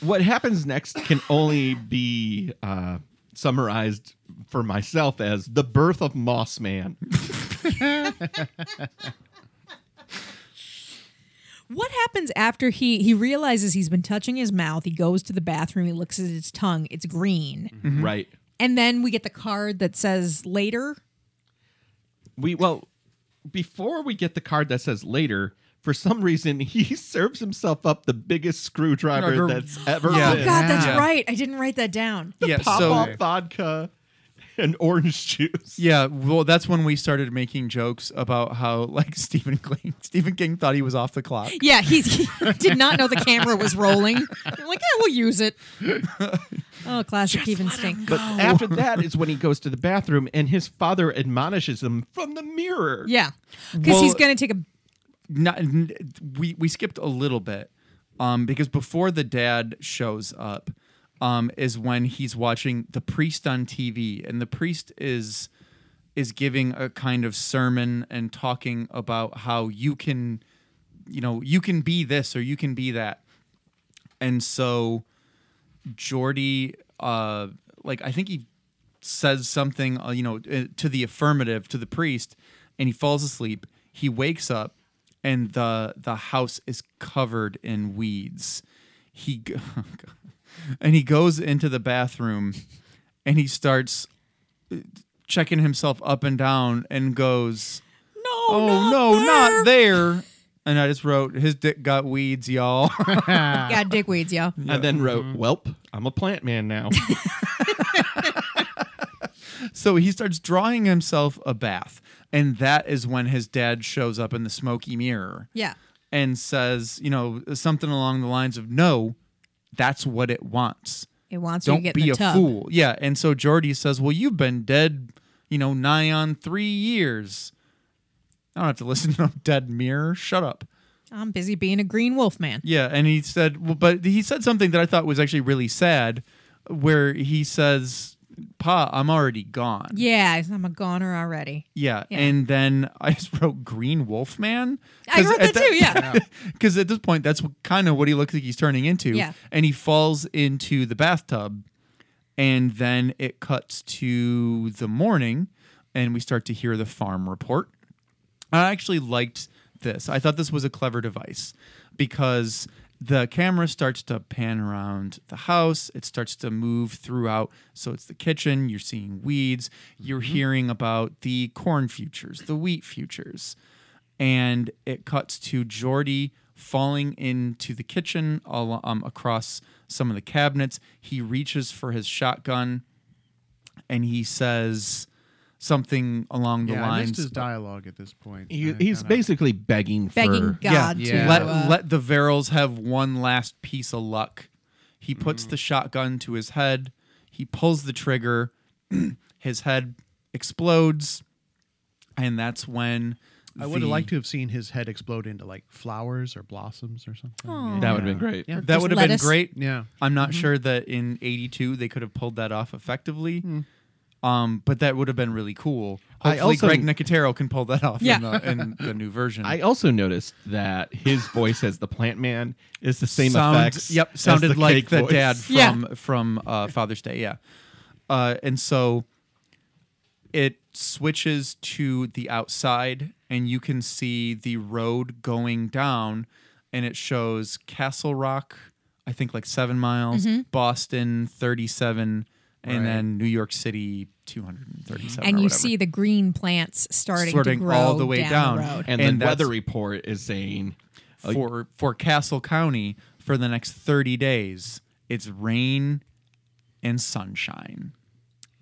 [SPEAKER 1] What happens next can only be uh, summarized for myself as the birth of Mossman.
[SPEAKER 2] What happens after he he realizes he's been touching his mouth? He goes to the bathroom. He looks at his tongue. It's green.
[SPEAKER 4] Mm-hmm.
[SPEAKER 1] Right.
[SPEAKER 2] And then we get the card that says later.
[SPEAKER 1] We well before we get the card that says later. For some reason, he serves himself up the biggest screwdriver
[SPEAKER 4] Rubber-
[SPEAKER 1] that's ever
[SPEAKER 4] Yeah.
[SPEAKER 2] Oh
[SPEAKER 1] been.
[SPEAKER 2] God, that's
[SPEAKER 4] Yeah.
[SPEAKER 2] right. I didn't write that down.
[SPEAKER 4] yeah,
[SPEAKER 1] Pop
[SPEAKER 4] so
[SPEAKER 1] off vodka and orange juice.
[SPEAKER 4] Yeah, well, that's when we started making jokes about how like Stephen King, Stephen King thought he was off the clock.
[SPEAKER 2] Yeah, he, he did not know the camera was rolling. I'm like, yeah, we'll use it. Oh, classic even stink.
[SPEAKER 1] But
[SPEAKER 4] Oh.
[SPEAKER 1] after that is when he goes to the bathroom and his father admonishes him from the mirror.
[SPEAKER 2] Yeah, because
[SPEAKER 4] Well-
[SPEAKER 2] he's gonna take a
[SPEAKER 4] Not, n- we we skipped a little bit um, because before the dad shows up um, is when he's watching the priest on TV, and the priest is is giving a kind of sermon and talking about how you can, you know, you can be this or you can be that, and so Jordy, uh, like I think he says something, uh, you know, uh, to the affirmative to the priest, and he falls asleep. He wakes up, and the the house is covered in weeds. He g- oh, and he goes into the bathroom, and he starts uh, checking himself up and down, and goes,
[SPEAKER 2] no,
[SPEAKER 4] "Oh no, not there!" And I just wrote, "His dick got weeds, y'all."
[SPEAKER 2] yeah, dickweeds, yo.
[SPEAKER 1] And then wrote,
[SPEAKER 4] Mm-hmm.
[SPEAKER 1] Welp, I'm a plant man now.
[SPEAKER 4] So he starts drawing himself a bath, and that is when his dad shows up in the smoky mirror
[SPEAKER 2] Yeah,
[SPEAKER 4] and says, you know, something along the lines of, "No, that's what it wants.
[SPEAKER 2] it wants you to
[SPEAKER 4] Don't
[SPEAKER 2] get in
[SPEAKER 4] be
[SPEAKER 2] the
[SPEAKER 4] a
[SPEAKER 2] tub.
[SPEAKER 4] fool." Yeah, and so Jordy says, "Well, you've been dead, you know, nigh on three years. I don't have to listen to no dead mirror. Shut up."
[SPEAKER 2] I'm busy being a green wolf man.
[SPEAKER 4] Yeah, and he said, well, but he said something that I thought was actually really sad, where he says, "Pa, I'm already gone."
[SPEAKER 2] Yeah, I'm a goner already.
[SPEAKER 4] Yeah,
[SPEAKER 2] Yeah.
[SPEAKER 4] and then I just wrote Green Wolf Man.
[SPEAKER 2] I wrote that too, yeah.
[SPEAKER 4] because at this point, that's kind of what he looks like he's turning into.
[SPEAKER 2] Yeah.
[SPEAKER 4] and he falls into the bathtub, and then it cuts to the morning, and we start to hear the farm report. I actually liked this. I thought this was a clever device because the camera starts to pan around the house. It starts to move throughout. So it's the kitchen, you're seeing weeds, you're hearing about the corn futures, the wheat futures. And it cuts to Jordy falling into the kitchen al- um, across some of the cabinets. He reaches for his shotgun and he says something along the
[SPEAKER 3] yeah, I
[SPEAKER 4] lines
[SPEAKER 3] missed his dialogue at this point.
[SPEAKER 1] He-
[SPEAKER 3] I
[SPEAKER 1] he's
[SPEAKER 3] kinda-
[SPEAKER 1] basically begging for.
[SPEAKER 2] Begging God
[SPEAKER 3] Yeah.
[SPEAKER 2] to
[SPEAKER 3] Yeah.
[SPEAKER 4] let,
[SPEAKER 2] uh,
[SPEAKER 4] let the Verrills have one last piece of luck. He puts
[SPEAKER 3] Mm.
[SPEAKER 4] the shotgun to his head. He pulls the trigger. his head explodes. And that's when.
[SPEAKER 3] I would
[SPEAKER 4] the-
[SPEAKER 3] have liked to have seen his head explode into like flowers or blossoms or something.
[SPEAKER 2] Aw.
[SPEAKER 1] That would have been great.
[SPEAKER 3] Yeah.
[SPEAKER 4] That
[SPEAKER 2] Just
[SPEAKER 4] would have been
[SPEAKER 2] lettuce.
[SPEAKER 4] great.
[SPEAKER 3] Yeah.
[SPEAKER 4] I'm not
[SPEAKER 1] Mm-hmm.
[SPEAKER 4] sure that in 82 they could have pulled that off effectively. Um, but that would have been really cool.
[SPEAKER 1] Hmm. I
[SPEAKER 4] Hopefully,
[SPEAKER 1] also-
[SPEAKER 4] Greg Nicotero can pull that off
[SPEAKER 2] Yeah.
[SPEAKER 4] in, the, in the new version.
[SPEAKER 1] I also noticed that his voice as the plant man is the same
[SPEAKER 4] Sound-
[SPEAKER 1] effects.
[SPEAKER 4] Yep,
[SPEAKER 1] as
[SPEAKER 4] sounded
[SPEAKER 1] the
[SPEAKER 4] like
[SPEAKER 1] cake
[SPEAKER 4] the
[SPEAKER 1] voice.
[SPEAKER 4] dad
[SPEAKER 2] Yeah.
[SPEAKER 4] from from uh, Father's Day. Yeah, uh, and so it switches to the outside, and you can see the road going down, and it shows Castle Rock, I think like seven miles,
[SPEAKER 2] Mm-hmm.
[SPEAKER 4] Boston thirty-seven, and
[SPEAKER 3] Right.
[SPEAKER 4] then New York City two hundred and thirty-seven.
[SPEAKER 2] and
[SPEAKER 4] or
[SPEAKER 2] you
[SPEAKER 4] whatever.
[SPEAKER 2] see the green plants starting
[SPEAKER 4] Sorting
[SPEAKER 2] to grow
[SPEAKER 4] all the way down.
[SPEAKER 2] the road.
[SPEAKER 1] And,
[SPEAKER 4] And
[SPEAKER 1] the
[SPEAKER 4] that's-
[SPEAKER 1] weather report is saying
[SPEAKER 4] for for Castle County for the next thirty days, it's rain and sunshine. Mm-hmm.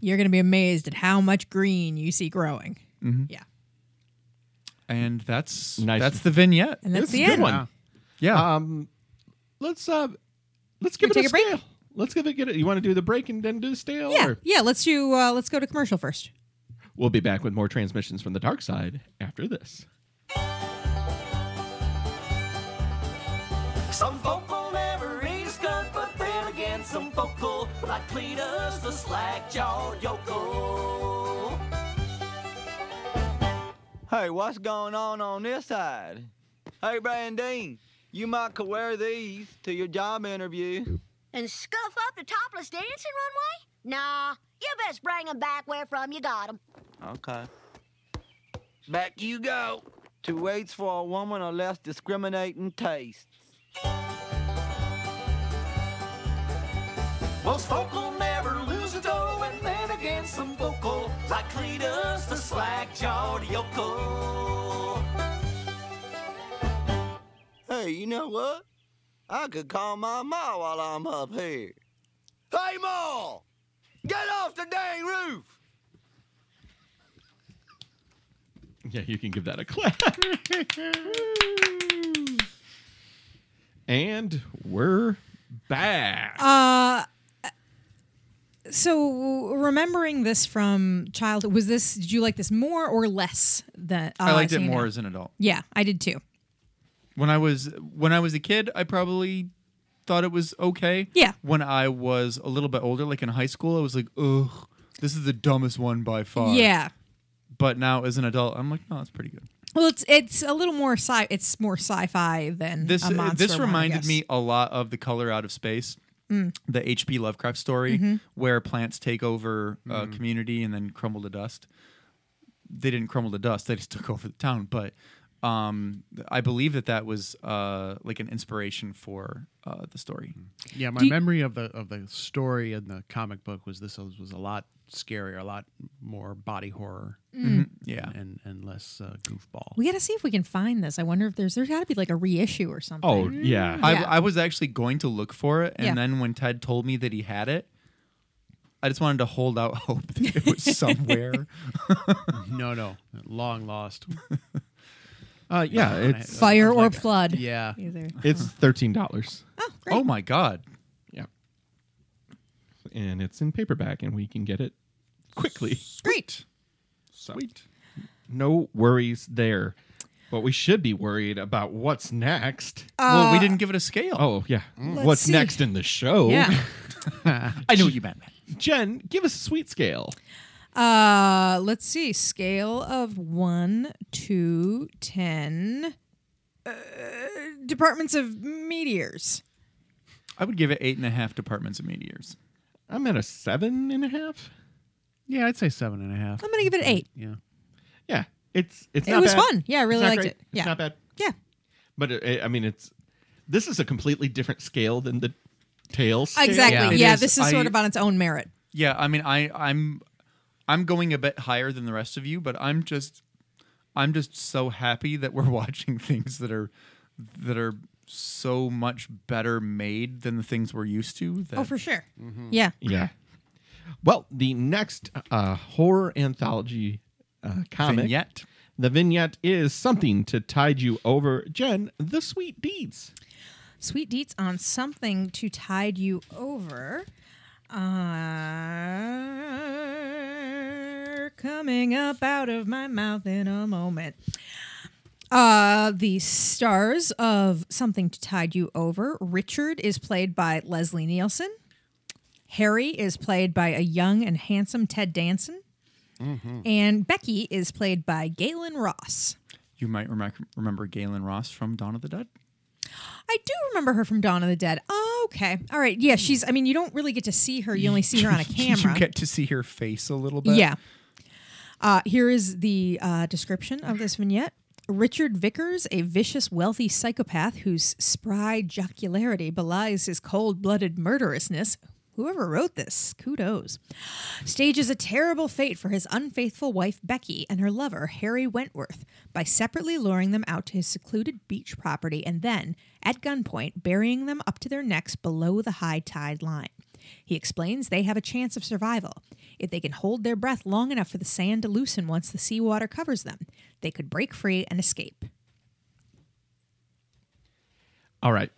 [SPEAKER 2] You're gonna be amazed at how much green you see growing. Yeah,
[SPEAKER 4] And that's
[SPEAKER 1] Nice.
[SPEAKER 4] that's the vignette.
[SPEAKER 2] And that's
[SPEAKER 1] It's
[SPEAKER 2] the
[SPEAKER 1] a good
[SPEAKER 2] end.
[SPEAKER 1] one.
[SPEAKER 3] Yeah.
[SPEAKER 4] Yeah.
[SPEAKER 2] Uh,
[SPEAKER 1] Um, let's uh, let's give
[SPEAKER 2] Can
[SPEAKER 1] it
[SPEAKER 2] we
[SPEAKER 1] a,
[SPEAKER 2] take a
[SPEAKER 1] scale. Let's give it. Get it. You want to do the break and then do the scale?
[SPEAKER 2] Yeah,
[SPEAKER 1] or-
[SPEAKER 2] yeah. Let's do. Uh, let's go to commercial first.
[SPEAKER 1] We'll be back with more transmissions from the dark side after this.
[SPEAKER 5] Some folk will never eat a skunk, but then again, some folk will, like Cletus, the slack jawed yokel. Hey, what's going on on this side? Hey, Brandine, you might could wear these to your job interview.
[SPEAKER 6] and scuff up the topless dancing runway? Nah, you best bring 'em back where from you got 'em.
[SPEAKER 5] Okay. Back you go. To waits for a woman of less discriminating taste. Most folk will never lose a toe, and then again some vocal, like Cletus the slack-jawed yokel. Hey, you know what? I could call my ma while I'm up here. Hey, ma! Get off the dang roof!
[SPEAKER 1] Yeah, you can give that a clap. and we're back.
[SPEAKER 2] Uh, So remembering this from childhood, was this? Did you like this more or less than? Uh,
[SPEAKER 4] I liked it
[SPEAKER 2] seeing
[SPEAKER 4] more as an adult.
[SPEAKER 2] Yeah, I did too.
[SPEAKER 4] When I was when I was a kid, I probably thought it was okay.
[SPEAKER 2] Yeah.
[SPEAKER 4] When I was a little bit older, like in high school, I was like, ugh, this is the dumbest one by far.
[SPEAKER 2] Yeah.
[SPEAKER 4] But now as an adult, I'm like, no, that's pretty good.
[SPEAKER 2] Well, it's it's a little more sci. It's more sci-fi than
[SPEAKER 4] This uh,
[SPEAKER 2] A monster
[SPEAKER 4] this
[SPEAKER 2] one, I
[SPEAKER 4] reminded
[SPEAKER 2] guess. Mm.
[SPEAKER 4] me a lot of the color out of space. The H.P. Lovecraft story
[SPEAKER 2] Mm-hmm.
[SPEAKER 4] where plants take over a community and then crumble to dust. They didn't crumble to dust; they just took over the town. But um, I believe that that was uh, like an inspiration for uh, the story.
[SPEAKER 3] Yeah, my
[SPEAKER 2] Do you-
[SPEAKER 3] memory of the of the story in the comic book was this was, was a lot scarier, a lot more body horror,
[SPEAKER 2] Mm-hmm.
[SPEAKER 4] Mm-hmm. Yeah,
[SPEAKER 3] and and less uh, goofball.
[SPEAKER 2] We got to see if we can find this. I wonder if there's there's got to be like a reissue or something.
[SPEAKER 1] oh yeah.
[SPEAKER 4] I,
[SPEAKER 2] Yeah.
[SPEAKER 4] I was actually going to look for it, and
[SPEAKER 2] Yeah.
[SPEAKER 4] then when Ted told me that he had it, I just wanted to hold out hope that it was somewhere.
[SPEAKER 3] no, no, long lost.
[SPEAKER 1] Uh, yeah.
[SPEAKER 4] Oh,
[SPEAKER 1] It's
[SPEAKER 2] fire or flood.
[SPEAKER 3] Yeah,
[SPEAKER 2] Either.
[SPEAKER 1] it's thirteen dollars.
[SPEAKER 2] Oh, great.
[SPEAKER 4] oh my god!
[SPEAKER 1] Yeah. And it's in paperback, and we can get it quickly.
[SPEAKER 2] great.
[SPEAKER 1] Sweet. No worries there. But we should be worried about what's next.
[SPEAKER 4] well,
[SPEAKER 2] Uh,
[SPEAKER 4] we didn't give it a scale.
[SPEAKER 1] oh, yeah.
[SPEAKER 2] Let's
[SPEAKER 1] What's
[SPEAKER 2] see.
[SPEAKER 1] next in the show?
[SPEAKER 2] Yeah.
[SPEAKER 4] I know what you meant.
[SPEAKER 1] Jen, give us a sweet scale.
[SPEAKER 2] Uh, let's see. Scale of one to ten. Uh, departments of meteors.
[SPEAKER 4] I would give it eight and a half departments of meteors.
[SPEAKER 1] I'm at a seven and a half.
[SPEAKER 3] yeah, I'd say seven and a half.
[SPEAKER 2] I'm gonna give it an eight.
[SPEAKER 3] Yeah,
[SPEAKER 1] Yeah. It's it's
[SPEAKER 2] It
[SPEAKER 1] not
[SPEAKER 2] was
[SPEAKER 1] bad.
[SPEAKER 2] fun. Yeah, I
[SPEAKER 1] It's
[SPEAKER 2] really
[SPEAKER 1] not
[SPEAKER 2] liked
[SPEAKER 1] great.
[SPEAKER 2] it.
[SPEAKER 1] It's
[SPEAKER 2] Yeah.
[SPEAKER 1] not bad.
[SPEAKER 2] Yeah.
[SPEAKER 1] But it, it- I mean, it's this is a completely different scale than the tail scale.
[SPEAKER 2] Exactly.
[SPEAKER 4] It
[SPEAKER 2] Yeah.
[SPEAKER 4] is-
[SPEAKER 2] this is sort
[SPEAKER 4] I-
[SPEAKER 2] of on its own merit.
[SPEAKER 4] Yeah, I mean, I I'm I'm going a bit higher than the rest of you, but I'm just I'm just so happy that we're watching things that are that are so much better made than the things we're used to. That
[SPEAKER 2] Oh, for sure. Yeah.
[SPEAKER 1] Yeah. Well, the next uh, horror anthology uh, comic,
[SPEAKER 4] vignette.
[SPEAKER 1] the vignette is something to tide you over. Jen, the sweet deeds.
[SPEAKER 2] Sweet deets on something to tide you over. Uh, Are coming up out of my mouth in a moment. Uh, the stars of Something to Tide You Over. Richard is played by Leslie Nielsen. Harry is played by a young and handsome Ted Danson. And Becky is played by Galen Ross.
[SPEAKER 4] You might remi- remember Galen Ross from Dawn of the Dead.
[SPEAKER 2] I do remember her from Dawn of the Dead. Oh, okay. All right. Yeah, she's I mean, you don't really get to see her. You only see her on a camera.
[SPEAKER 4] you get to see her face a little bit.
[SPEAKER 2] yeah. Uh, here is the uh, description of this vignette. Richard Vickers, a vicious, wealthy psychopath whose spry jocularity belies his cold blooded murderousness. Whoever wrote this, kudos. Stages a terrible fate for his unfaithful wife, Becky, and her lover, Harry Wentworth, by separately luring them out to his secluded beach property and then, at gunpoint, burying them up to their necks below the high tide line. He explains they have a chance of survival. If they can hold their breath long enough for the sand to loosen once the seawater covers them, they could break free and escape.
[SPEAKER 1] All right.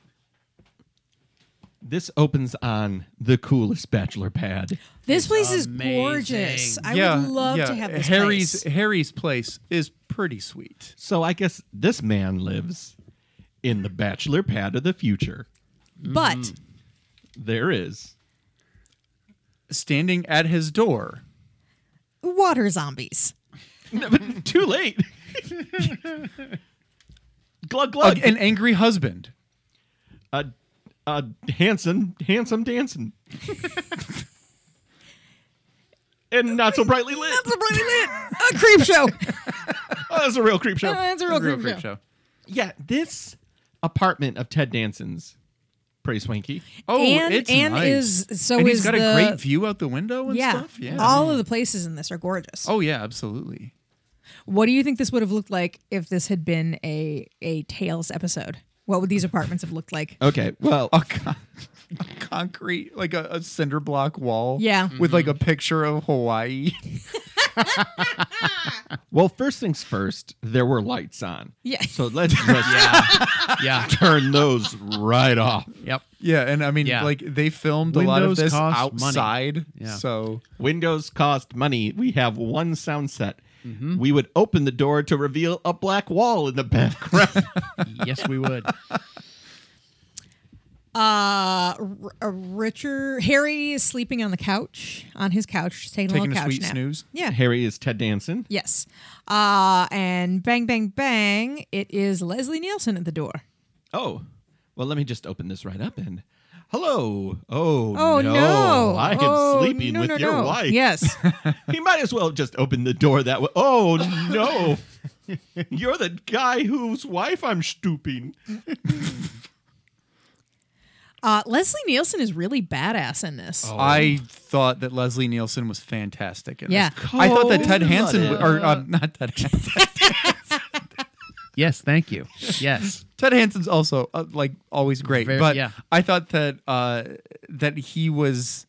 [SPEAKER 1] This opens on the coolest bachelor pad.
[SPEAKER 2] This place is gorgeous. I
[SPEAKER 4] yeah,
[SPEAKER 2] would love
[SPEAKER 4] yeah.
[SPEAKER 2] to have this
[SPEAKER 4] Harry's
[SPEAKER 2] place.
[SPEAKER 4] Harry's place is pretty sweet.
[SPEAKER 1] So I guess this man lives in the bachelor pad of the future.
[SPEAKER 2] But
[SPEAKER 4] mm.
[SPEAKER 1] There is.
[SPEAKER 4] Standing at his door.
[SPEAKER 2] water zombies.
[SPEAKER 1] No, but too late. glug
[SPEAKER 2] Oh,
[SPEAKER 1] glug.
[SPEAKER 4] A- an angry husband.
[SPEAKER 1] uh, uh, handsome, handsome dancing. and not so brightly lit.
[SPEAKER 2] That's a brightly lit a creep show.
[SPEAKER 1] Oh, that's a real creep show.
[SPEAKER 2] That's a real
[SPEAKER 4] Real
[SPEAKER 2] creep,
[SPEAKER 4] creep
[SPEAKER 2] show.
[SPEAKER 4] show.
[SPEAKER 1] Yeah, this apartment of Ted Danson's pretty swanky.
[SPEAKER 4] Oh,
[SPEAKER 2] And-
[SPEAKER 4] it's
[SPEAKER 2] and
[SPEAKER 4] nice.
[SPEAKER 2] is- so
[SPEAKER 4] and
[SPEAKER 2] is
[SPEAKER 4] he's got
[SPEAKER 2] the-
[SPEAKER 4] a great view out the window and
[SPEAKER 2] Yeah.
[SPEAKER 4] stuff. Yeah. Mm.
[SPEAKER 2] all of the places in this are gorgeous.
[SPEAKER 4] oh yeah, absolutely.
[SPEAKER 2] What do you think this would have looked like if this had been a a Tales episode? What would these apartments have looked like?
[SPEAKER 1] Okay, uh, well,
[SPEAKER 4] A, con- a concrete, like a, a cinder block wall.
[SPEAKER 2] Yeah.
[SPEAKER 4] With like a
[SPEAKER 3] Mm-hmm.
[SPEAKER 4] picture of Hawaii.
[SPEAKER 1] well, first things first, there were lights on.
[SPEAKER 2] Yeah.
[SPEAKER 1] So let's just
[SPEAKER 3] Yeah.
[SPEAKER 1] turn those right off.
[SPEAKER 3] Yep.
[SPEAKER 4] Yeah, and I mean,
[SPEAKER 3] Yeah.
[SPEAKER 4] like they filmed a lot of
[SPEAKER 3] Windows
[SPEAKER 4] this
[SPEAKER 3] cost money.
[SPEAKER 4] outside.
[SPEAKER 3] Yeah.
[SPEAKER 4] So
[SPEAKER 1] Windows cost money. We have one sound set. We would open the door to reveal a black wall in the background.
[SPEAKER 3] Yes, we would.
[SPEAKER 2] Uh, R- uh, Richard Harry is sleeping on the couch on his couch, just taking,
[SPEAKER 4] taking
[SPEAKER 2] little
[SPEAKER 4] a
[SPEAKER 2] couch
[SPEAKER 4] sweet
[SPEAKER 2] nap.
[SPEAKER 4] snooze.
[SPEAKER 2] Yeah.
[SPEAKER 1] Harry is Ted Danson.
[SPEAKER 2] Yes. Uh, and bang, bang, bang! It is Leslie Nielsen at the door.
[SPEAKER 1] Oh, well, let me just open this right up and. Hello. Oh,
[SPEAKER 2] Oh no!
[SPEAKER 1] no. I am
[SPEAKER 2] Oh,
[SPEAKER 1] sleeping
[SPEAKER 2] no,
[SPEAKER 1] with
[SPEAKER 2] no,
[SPEAKER 1] your
[SPEAKER 2] no.
[SPEAKER 1] wife.
[SPEAKER 2] Yes.
[SPEAKER 1] He might as well just open the door that way. Oh no. You're the guy whose wife I'm stooping.
[SPEAKER 2] Uh, Leslie Nielsen is really badass in this.
[SPEAKER 3] Oh.
[SPEAKER 4] Oh, I thought that Leslie Nielsen was fantastic. In
[SPEAKER 2] Yeah.
[SPEAKER 4] this. I thought that Ted
[SPEAKER 1] Cold-blooded.
[SPEAKER 4] Hansen w- or uh, not Ted. Hansen.
[SPEAKER 3] Yes, thank you. Yes.
[SPEAKER 4] Ted Hansen's also uh, like always great,
[SPEAKER 3] Very-
[SPEAKER 4] but
[SPEAKER 3] yeah.
[SPEAKER 4] I thought that uh, that he was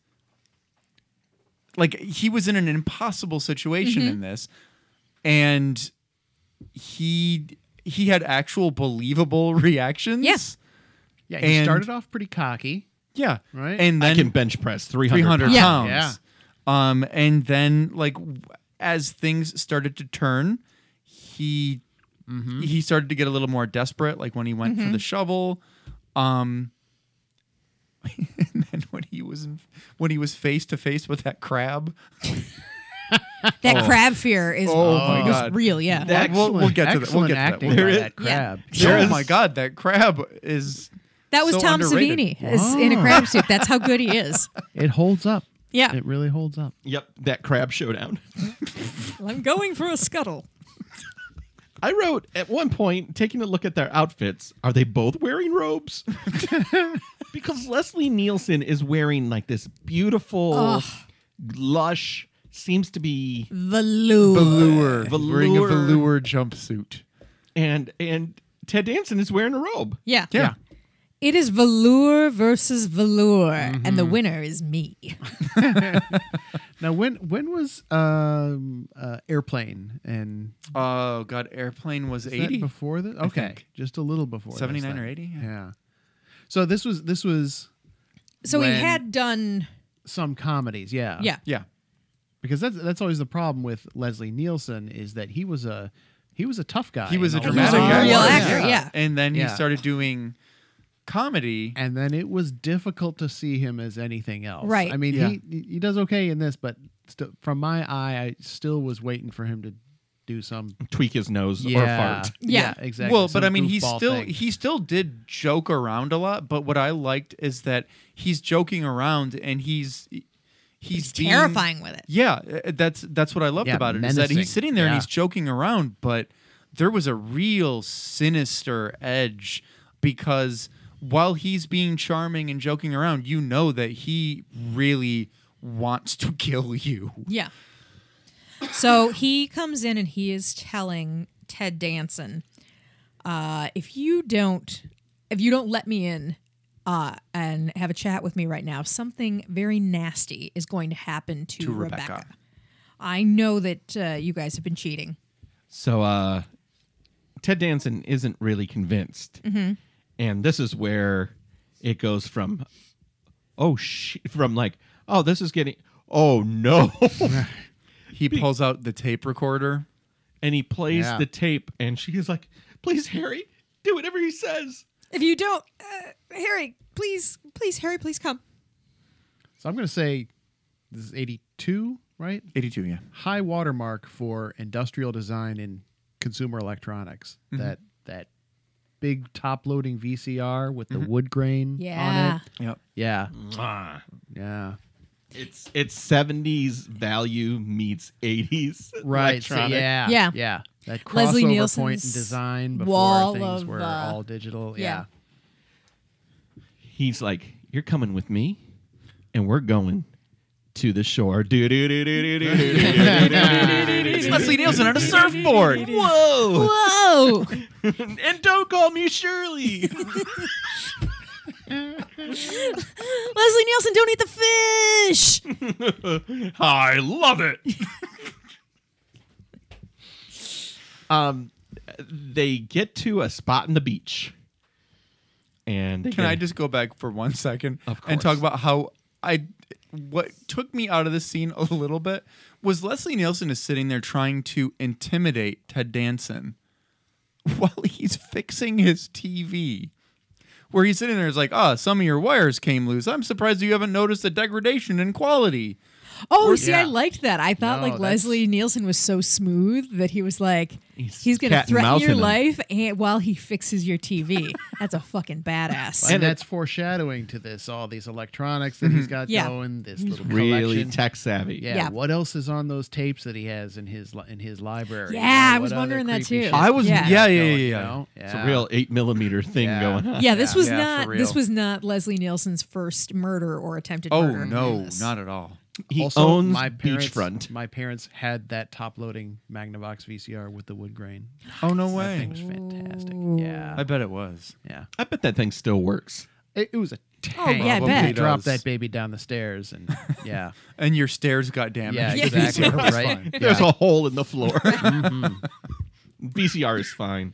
[SPEAKER 4] like he was in an impossible situation
[SPEAKER 3] Mm-hmm.
[SPEAKER 4] in this, and he he had actual believable reactions.
[SPEAKER 2] Yeah.
[SPEAKER 3] Yeah, he
[SPEAKER 4] And-
[SPEAKER 3] started off pretty cocky.
[SPEAKER 4] Yeah.
[SPEAKER 3] Right.
[SPEAKER 4] And then
[SPEAKER 1] I can bench press 300.
[SPEAKER 4] 300
[SPEAKER 1] pounds.
[SPEAKER 2] Yeah.
[SPEAKER 4] pounds.
[SPEAKER 3] Yeah.
[SPEAKER 4] Um, and then like w- as things started to turn, he he started to get a little more desperate. Like when he went for the shovel, um, and then when he was in, when he was face to face with that crab.
[SPEAKER 2] that crab fear is
[SPEAKER 4] Oh, my
[SPEAKER 2] was
[SPEAKER 4] God.
[SPEAKER 2] real. Yeah.
[SPEAKER 1] That-
[SPEAKER 4] We'll, we'll get to that. We'll
[SPEAKER 3] excellent
[SPEAKER 4] get to that.
[SPEAKER 3] acting
[SPEAKER 4] We'll-
[SPEAKER 1] There
[SPEAKER 3] by
[SPEAKER 1] is-
[SPEAKER 3] that
[SPEAKER 2] Yeah.
[SPEAKER 3] crab.
[SPEAKER 2] There
[SPEAKER 4] oh
[SPEAKER 1] is-
[SPEAKER 4] my god, that crab is
[SPEAKER 2] That was
[SPEAKER 4] so
[SPEAKER 2] Tom
[SPEAKER 4] underrated.
[SPEAKER 2] Savini is in a crab suit. That's how good he is.
[SPEAKER 3] It holds up.
[SPEAKER 2] Yeah.
[SPEAKER 3] It really holds up.
[SPEAKER 1] Yep, that crab showdown.
[SPEAKER 2] I'm going for a scuttle.
[SPEAKER 1] I wrote at one point, taking a look at their outfits, are they both wearing robes? because Leslie Nielsen is wearing like this beautiful, lush, seems to be
[SPEAKER 2] Velour.
[SPEAKER 4] velour, wearing a
[SPEAKER 1] Velour.
[SPEAKER 4] velour jumpsuit.
[SPEAKER 1] and and Ted Danson is wearing a robe.
[SPEAKER 2] Yeah.
[SPEAKER 4] Yeah.
[SPEAKER 2] It is velour versus velour, and the winner is me.
[SPEAKER 3] Now, when when was um, uh, airplane and
[SPEAKER 4] Oh god, airplane was
[SPEAKER 3] is that
[SPEAKER 4] eighty.
[SPEAKER 3] before this? Okay,
[SPEAKER 4] think.
[SPEAKER 3] just a little before this
[SPEAKER 4] 79 or
[SPEAKER 3] then.
[SPEAKER 4] 80, yeah.
[SPEAKER 3] Yeah. So this was this was
[SPEAKER 2] So he
[SPEAKER 3] When-
[SPEAKER 2] had done.
[SPEAKER 3] some comedies. Yeah.
[SPEAKER 2] Yeah.
[SPEAKER 4] Yeah.
[SPEAKER 3] Because that's that's always the problem with Leslie Nielsen is that he was a he was a tough guy.
[SPEAKER 4] He was a
[SPEAKER 3] in all of
[SPEAKER 4] dramatic
[SPEAKER 3] his
[SPEAKER 2] a
[SPEAKER 4] actor.
[SPEAKER 2] real
[SPEAKER 3] roles.
[SPEAKER 2] actor, yeah.
[SPEAKER 4] And then he
[SPEAKER 3] Yeah.
[SPEAKER 4] started doing comedy.
[SPEAKER 3] and then it was difficult to see him as anything else.
[SPEAKER 2] Right.
[SPEAKER 3] I mean,
[SPEAKER 4] Yeah.
[SPEAKER 3] he he does okay in this, but st- from my eye, I still was waiting for him to do some
[SPEAKER 1] Tweak his nose or fart.
[SPEAKER 2] Yeah.
[SPEAKER 3] exactly.
[SPEAKER 4] Well, but
[SPEAKER 3] some
[SPEAKER 4] I mean, he
[SPEAKER 3] goofball
[SPEAKER 4] still
[SPEAKER 3] thing.
[SPEAKER 4] he still did joke around a lot. But what I liked is that he's joking around and he's he's,
[SPEAKER 2] He's
[SPEAKER 4] being-
[SPEAKER 2] terrifying with it.
[SPEAKER 4] Yeah, uh, that's that's what I loved
[SPEAKER 3] Yeah,
[SPEAKER 4] about it is that
[SPEAKER 3] menacing.
[SPEAKER 4] he's sitting there and
[SPEAKER 3] Yeah.
[SPEAKER 4] he's joking around, but there was a real sinister edge because while he's being charming and joking around, you know that he really wants to kill you.
[SPEAKER 2] Yeah. So he comes in and he is telling Ted Danson, uh, if you don't, if you don't let me in, uh, and have a chat with me right now, something very nasty is going to happen to,
[SPEAKER 4] To
[SPEAKER 2] Rebecca.
[SPEAKER 4] Rebecca.
[SPEAKER 2] I know that uh, you guys have been cheating.
[SPEAKER 1] So uh, Ted Danson isn't really convinced,
[SPEAKER 3] Mm-hmm.
[SPEAKER 1] and this is where it goes from oh sh- from like oh this is getting oh no,
[SPEAKER 4] He pulls out the tape recorder.
[SPEAKER 1] and he plays
[SPEAKER 3] Yeah.
[SPEAKER 1] the tape, and she's like, please Harry, do whatever he says.
[SPEAKER 2] If you don't, uh, Harry, please, please, Harry, please come.
[SPEAKER 3] So I'm going to say this is 82, right?
[SPEAKER 4] 82, yeah.
[SPEAKER 3] High watermark for industrial design in consumer electronics.
[SPEAKER 2] Mm-hmm.
[SPEAKER 3] That that big top-loading VCR with the wood grain on
[SPEAKER 2] Mm-hmm. Yeah.
[SPEAKER 3] it.
[SPEAKER 4] Yep.
[SPEAKER 3] Yeah.
[SPEAKER 1] Mm. Mwah.
[SPEAKER 3] Yeah.
[SPEAKER 1] It's it's seventies value meets eighties
[SPEAKER 3] Right. So yeah.
[SPEAKER 2] Yeah.
[SPEAKER 3] Yeah. That crossover
[SPEAKER 2] Leslie
[SPEAKER 3] point in
[SPEAKER 2] Nielsen's
[SPEAKER 3] design before
[SPEAKER 2] wall
[SPEAKER 3] things
[SPEAKER 2] of,
[SPEAKER 3] were
[SPEAKER 2] uh,
[SPEAKER 3] all digital.
[SPEAKER 2] yeah.
[SPEAKER 3] Yeah.
[SPEAKER 1] He's like, you're coming with me, and we're going to the shore. Do do do do do do do do.
[SPEAKER 4] It's Leslie Nielsen on a surfboard.
[SPEAKER 1] Whoa!
[SPEAKER 2] Whoa!
[SPEAKER 1] and don't call me Shirley.
[SPEAKER 2] Leslie Nielsen, don't eat the fish.
[SPEAKER 1] I love it. um, they get to a spot in the beach, and they
[SPEAKER 4] Can
[SPEAKER 1] get-
[SPEAKER 4] I just go back for one second
[SPEAKER 1] Of
[SPEAKER 4] and
[SPEAKER 1] course.
[SPEAKER 4] talk about how I what took me out of this scene a little bit was Leslie Nielsen is sitting there trying to intimidate Ted Danson while he's fixing his TV. Where he's sitting there is like, oh, some of your wires came loose. I'm surprised you haven't noticed a degradation in quality.
[SPEAKER 2] Oh, see, I
[SPEAKER 3] yeah.
[SPEAKER 2] liked that. I thought
[SPEAKER 3] No,
[SPEAKER 2] like
[SPEAKER 3] that's-
[SPEAKER 2] Leslie Nielsen was so smooth that he was like, he's,
[SPEAKER 1] He's
[SPEAKER 2] going to
[SPEAKER 1] cat and
[SPEAKER 2] threaten
[SPEAKER 1] mousing
[SPEAKER 2] your
[SPEAKER 1] him.
[SPEAKER 2] life and while he fixes your TV. That's a fucking badass.
[SPEAKER 3] And,
[SPEAKER 1] it-
[SPEAKER 3] that's foreshadowing to this, all these electronics that he's got
[SPEAKER 2] Mm-hmm. Yeah.
[SPEAKER 3] going, this little
[SPEAKER 1] really
[SPEAKER 3] collection.
[SPEAKER 1] tech savvy.
[SPEAKER 3] yeah.
[SPEAKER 2] Yeah.
[SPEAKER 3] What else is on those tapes that he has in his li- in his library?
[SPEAKER 2] Yeah,
[SPEAKER 3] You
[SPEAKER 2] I
[SPEAKER 3] know,
[SPEAKER 2] was
[SPEAKER 3] what other
[SPEAKER 2] wondering that too.
[SPEAKER 3] creepy shit
[SPEAKER 4] I was-
[SPEAKER 3] he's got
[SPEAKER 4] yeah, yeah,
[SPEAKER 3] going,
[SPEAKER 4] yeah,
[SPEAKER 3] you
[SPEAKER 4] yeah.
[SPEAKER 3] know?
[SPEAKER 1] It's a real eight millimeter thing
[SPEAKER 3] Yeah.
[SPEAKER 1] going on.
[SPEAKER 2] yeah, this was
[SPEAKER 4] Yeah, for
[SPEAKER 2] not this
[SPEAKER 4] real.
[SPEAKER 2] was not Leslie Nielsen's first murder or attempted
[SPEAKER 4] Oh
[SPEAKER 2] murder.
[SPEAKER 4] no, not at all.
[SPEAKER 1] He
[SPEAKER 3] also,
[SPEAKER 1] owns
[SPEAKER 3] my parents,
[SPEAKER 1] beachfront.
[SPEAKER 3] My parents had that top-loading Magnavox VCR with the wood grain.
[SPEAKER 4] Oh no
[SPEAKER 3] That
[SPEAKER 4] way.
[SPEAKER 3] thing was fantastic.
[SPEAKER 4] I
[SPEAKER 3] Yeah,
[SPEAKER 4] bet it was.
[SPEAKER 3] yeah.
[SPEAKER 1] I bet that thing still works.
[SPEAKER 3] It, it was a
[SPEAKER 2] Oh,
[SPEAKER 3] tank.
[SPEAKER 2] yeah, I
[SPEAKER 4] Probably
[SPEAKER 2] bet.
[SPEAKER 3] He dropped
[SPEAKER 4] does.
[SPEAKER 3] that baby down the stairs, and yeah,
[SPEAKER 4] And your stairs got damaged.
[SPEAKER 3] yeah,
[SPEAKER 4] The
[SPEAKER 3] exactly.
[SPEAKER 4] VCR was
[SPEAKER 3] right?
[SPEAKER 4] fine.
[SPEAKER 3] Yeah.
[SPEAKER 1] There's a hole in the floor. Mm-hmm. VCR is fine.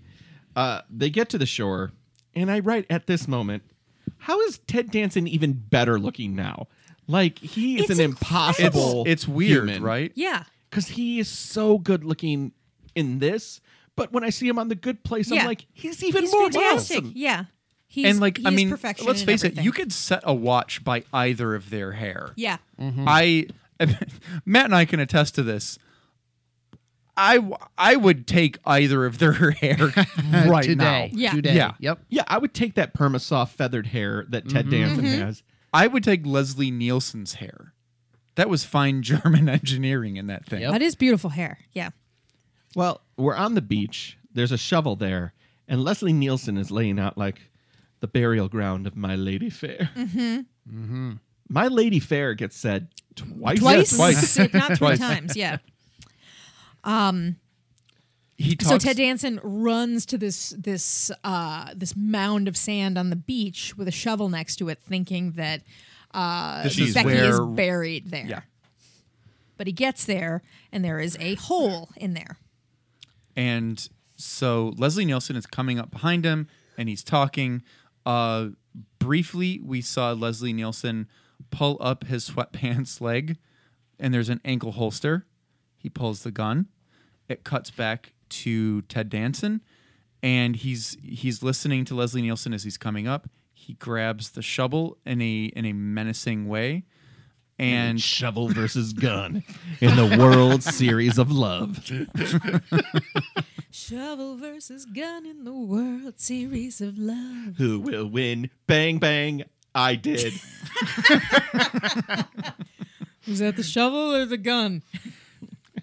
[SPEAKER 1] Uh, they get to the shore, and I write at this moment, how is Ted Danson even better looking now? Like he is
[SPEAKER 2] It's
[SPEAKER 1] an impossible.
[SPEAKER 4] It's weird, right?
[SPEAKER 2] Yeah.
[SPEAKER 1] Because he is so good looking in this, but when I see him on the Good Place,
[SPEAKER 2] Yeah.
[SPEAKER 1] I'm like, he's even
[SPEAKER 2] he's
[SPEAKER 1] more
[SPEAKER 2] fantastic.
[SPEAKER 1] awesome.
[SPEAKER 2] Yeah. He's
[SPEAKER 4] and like I
[SPEAKER 2] he's
[SPEAKER 4] mean,
[SPEAKER 2] perfection
[SPEAKER 4] let's
[SPEAKER 2] in
[SPEAKER 4] face it,
[SPEAKER 2] everything.
[SPEAKER 4] you could set a watch by either of their hair.
[SPEAKER 2] Yeah.
[SPEAKER 3] Mm-hmm.
[SPEAKER 4] I Matt and I can attest to this. I w- I would take either of their hair right
[SPEAKER 3] Uh, today.
[SPEAKER 4] now.
[SPEAKER 2] Yeah.
[SPEAKER 3] Today.
[SPEAKER 4] Yeah.
[SPEAKER 3] Yep.
[SPEAKER 1] Yeah, I would take that permasoft feathered hair that Ted Danson
[SPEAKER 2] Mm-hmm.
[SPEAKER 1] has.
[SPEAKER 4] I would take Leslie Nielsen's hair. That was fine German engineering in that thing.
[SPEAKER 3] Yep.
[SPEAKER 2] That is beautiful hair. Yeah.
[SPEAKER 1] Well, we're on the beach. There's a shovel there, and Leslie Nielsen is laying out like the burial ground of my lady fair. Mm-hmm. Mm-hmm. My lady fair gets said twice.
[SPEAKER 2] Twice,
[SPEAKER 4] twice.
[SPEAKER 2] if not three
[SPEAKER 4] Twice.
[SPEAKER 2] times. Yeah.
[SPEAKER 4] He talks,
[SPEAKER 2] So Ted Danson runs to this this uh, this mound of sand on the beach with a shovel next to it, thinking that uh,
[SPEAKER 4] This is
[SPEAKER 2] Becky is
[SPEAKER 4] where-
[SPEAKER 2] buried there.
[SPEAKER 4] Yeah.
[SPEAKER 2] But he gets there, and there is a hole in there.
[SPEAKER 4] and so Leslie Nielsen is coming up behind him and he's talking. Uh, briefly, we saw Leslie Nielsen pull up his sweatpants leg, and there's an ankle holster. He pulls the gun. It cuts back to Ted Danson, and he's he's listening to Leslie Nielsen as he's coming up. He grabs the shovel in a in a menacing way, and
[SPEAKER 1] Shovel versus gun in the World Series of Love.
[SPEAKER 2] Shovel versus gun in the World Series of Love.
[SPEAKER 1] Who will win? Bang bang! I did.
[SPEAKER 2] Was that the shovel or the gun?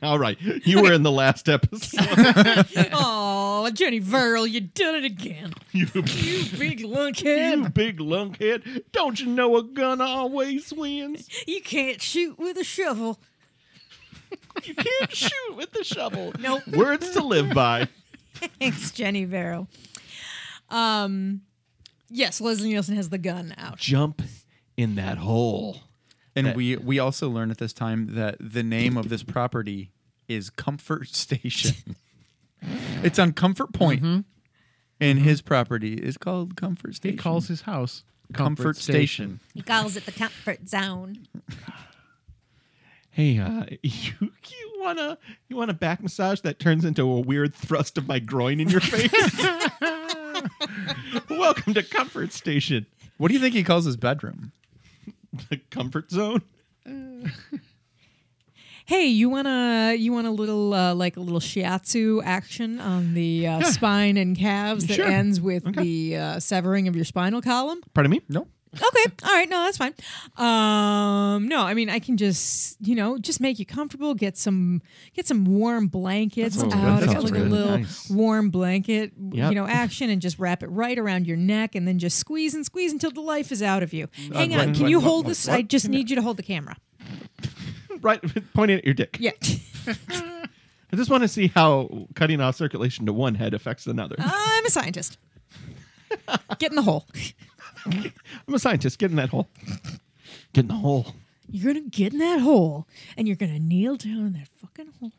[SPEAKER 1] All right, you were in the last episode.
[SPEAKER 2] oh, Jenny Verrill, you done it again.
[SPEAKER 1] you,
[SPEAKER 2] You big
[SPEAKER 1] you
[SPEAKER 2] lunkhead.
[SPEAKER 1] big lunkhead! Don't you know a gun always wins?
[SPEAKER 2] You can't shoot with a shovel.
[SPEAKER 1] You can't shoot with the shovel.
[SPEAKER 2] Nope.
[SPEAKER 1] Words to live by.
[SPEAKER 2] Thanks, Jenny Verrill. Um, Yes, Leslie Nielsen has the gun out.
[SPEAKER 1] Jump in that hole.
[SPEAKER 4] And
[SPEAKER 1] That-
[SPEAKER 4] we we also learn at this time that the name of this property is Comfort Station. it's on Comfort Point, and his property is called Comfort
[SPEAKER 3] He
[SPEAKER 4] Station.
[SPEAKER 3] calls his house
[SPEAKER 4] Comfort, Station.
[SPEAKER 2] He calls it the comfort zone.
[SPEAKER 1] Hey, uh, you, you wanna you wanna back massage that turns into a weird thrust of my groin in your face? Welcome to Comfort Station,
[SPEAKER 4] What do you think he calls his bedroom?
[SPEAKER 1] the comfort zone.
[SPEAKER 2] Hey, you wanna you want a little uh, like a little shiatsu action on the uh, spine and calves that
[SPEAKER 1] Sure.
[SPEAKER 2] ends with
[SPEAKER 1] Okay.
[SPEAKER 2] the uh, severing of your spinal column?
[SPEAKER 1] Pardon me.
[SPEAKER 4] No.
[SPEAKER 2] okay all right no that's fine um no i mean i can just you know just make you comfortable get some get some warm blankets
[SPEAKER 1] That sounds good.
[SPEAKER 2] out
[SPEAKER 1] That
[SPEAKER 2] get
[SPEAKER 1] sounds
[SPEAKER 2] like a
[SPEAKER 1] really
[SPEAKER 2] little
[SPEAKER 1] nice.
[SPEAKER 2] warm blanket
[SPEAKER 1] Yep.
[SPEAKER 2] you know action and just wrap it right around your neck and then just squeeze and squeeze until the life is out of you hang
[SPEAKER 4] what-
[SPEAKER 2] on can
[SPEAKER 4] what-
[SPEAKER 2] you
[SPEAKER 4] what-
[SPEAKER 2] hold
[SPEAKER 4] what-
[SPEAKER 2] this
[SPEAKER 4] what?
[SPEAKER 2] i just need you to hold the camera
[SPEAKER 1] Right, pointing at your dick.
[SPEAKER 2] yeah
[SPEAKER 1] I just want to see how cutting off circulation to one head affects another.
[SPEAKER 2] i'm a scientist get in the hole
[SPEAKER 1] I'm a scientist. Get in that hole. Get in the hole.
[SPEAKER 2] you're gonna get in that hole and you're gonna kneel down in that fucking hole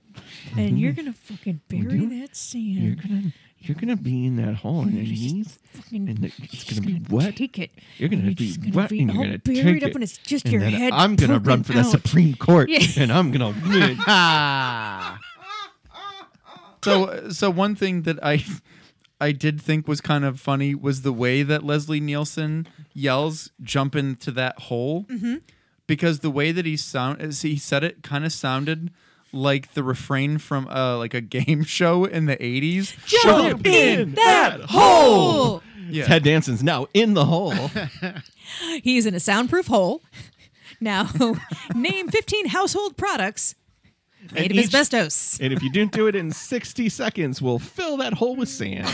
[SPEAKER 2] and you're gonna fucking bury that sand
[SPEAKER 1] You're gonna you're gonna be in that hole on your
[SPEAKER 2] Mm-hmm.
[SPEAKER 1] knees,
[SPEAKER 2] fucking-
[SPEAKER 1] and the- it's
[SPEAKER 2] just
[SPEAKER 1] gonna be wet.
[SPEAKER 2] Take it.
[SPEAKER 1] You're gonna
[SPEAKER 2] And
[SPEAKER 1] be
[SPEAKER 2] just gonna
[SPEAKER 1] wet, and you're
[SPEAKER 2] all
[SPEAKER 1] gonna
[SPEAKER 2] buried
[SPEAKER 1] take
[SPEAKER 2] up,
[SPEAKER 1] it.
[SPEAKER 2] and it's just
[SPEAKER 1] And
[SPEAKER 2] your
[SPEAKER 1] then
[SPEAKER 2] head.
[SPEAKER 1] I'm gonna run
[SPEAKER 2] poking
[SPEAKER 1] for the
[SPEAKER 2] out.
[SPEAKER 1] Supreme Court,
[SPEAKER 2] Yeah.
[SPEAKER 1] and I'm gonna win.
[SPEAKER 4] So so one thing that I I did think was kind of funny was the way that Leslie Nielsen yells jump into that hole
[SPEAKER 2] Mm-hmm.
[SPEAKER 4] because the way that he sound as he said it kind of sounded like the refrain from uh, like a game show in the 80s.
[SPEAKER 2] Jump
[SPEAKER 1] Jump
[SPEAKER 2] in
[SPEAKER 1] in
[SPEAKER 2] that
[SPEAKER 1] that
[SPEAKER 2] hole.
[SPEAKER 4] Yeah.
[SPEAKER 1] Ted Danson's now in the hole.
[SPEAKER 2] He's in a soundproof hole. Now, name 15 household products made of
[SPEAKER 1] each-
[SPEAKER 2] asbestos.
[SPEAKER 1] And if you didn't do it in 60 seconds, we'll fill that hole with sand.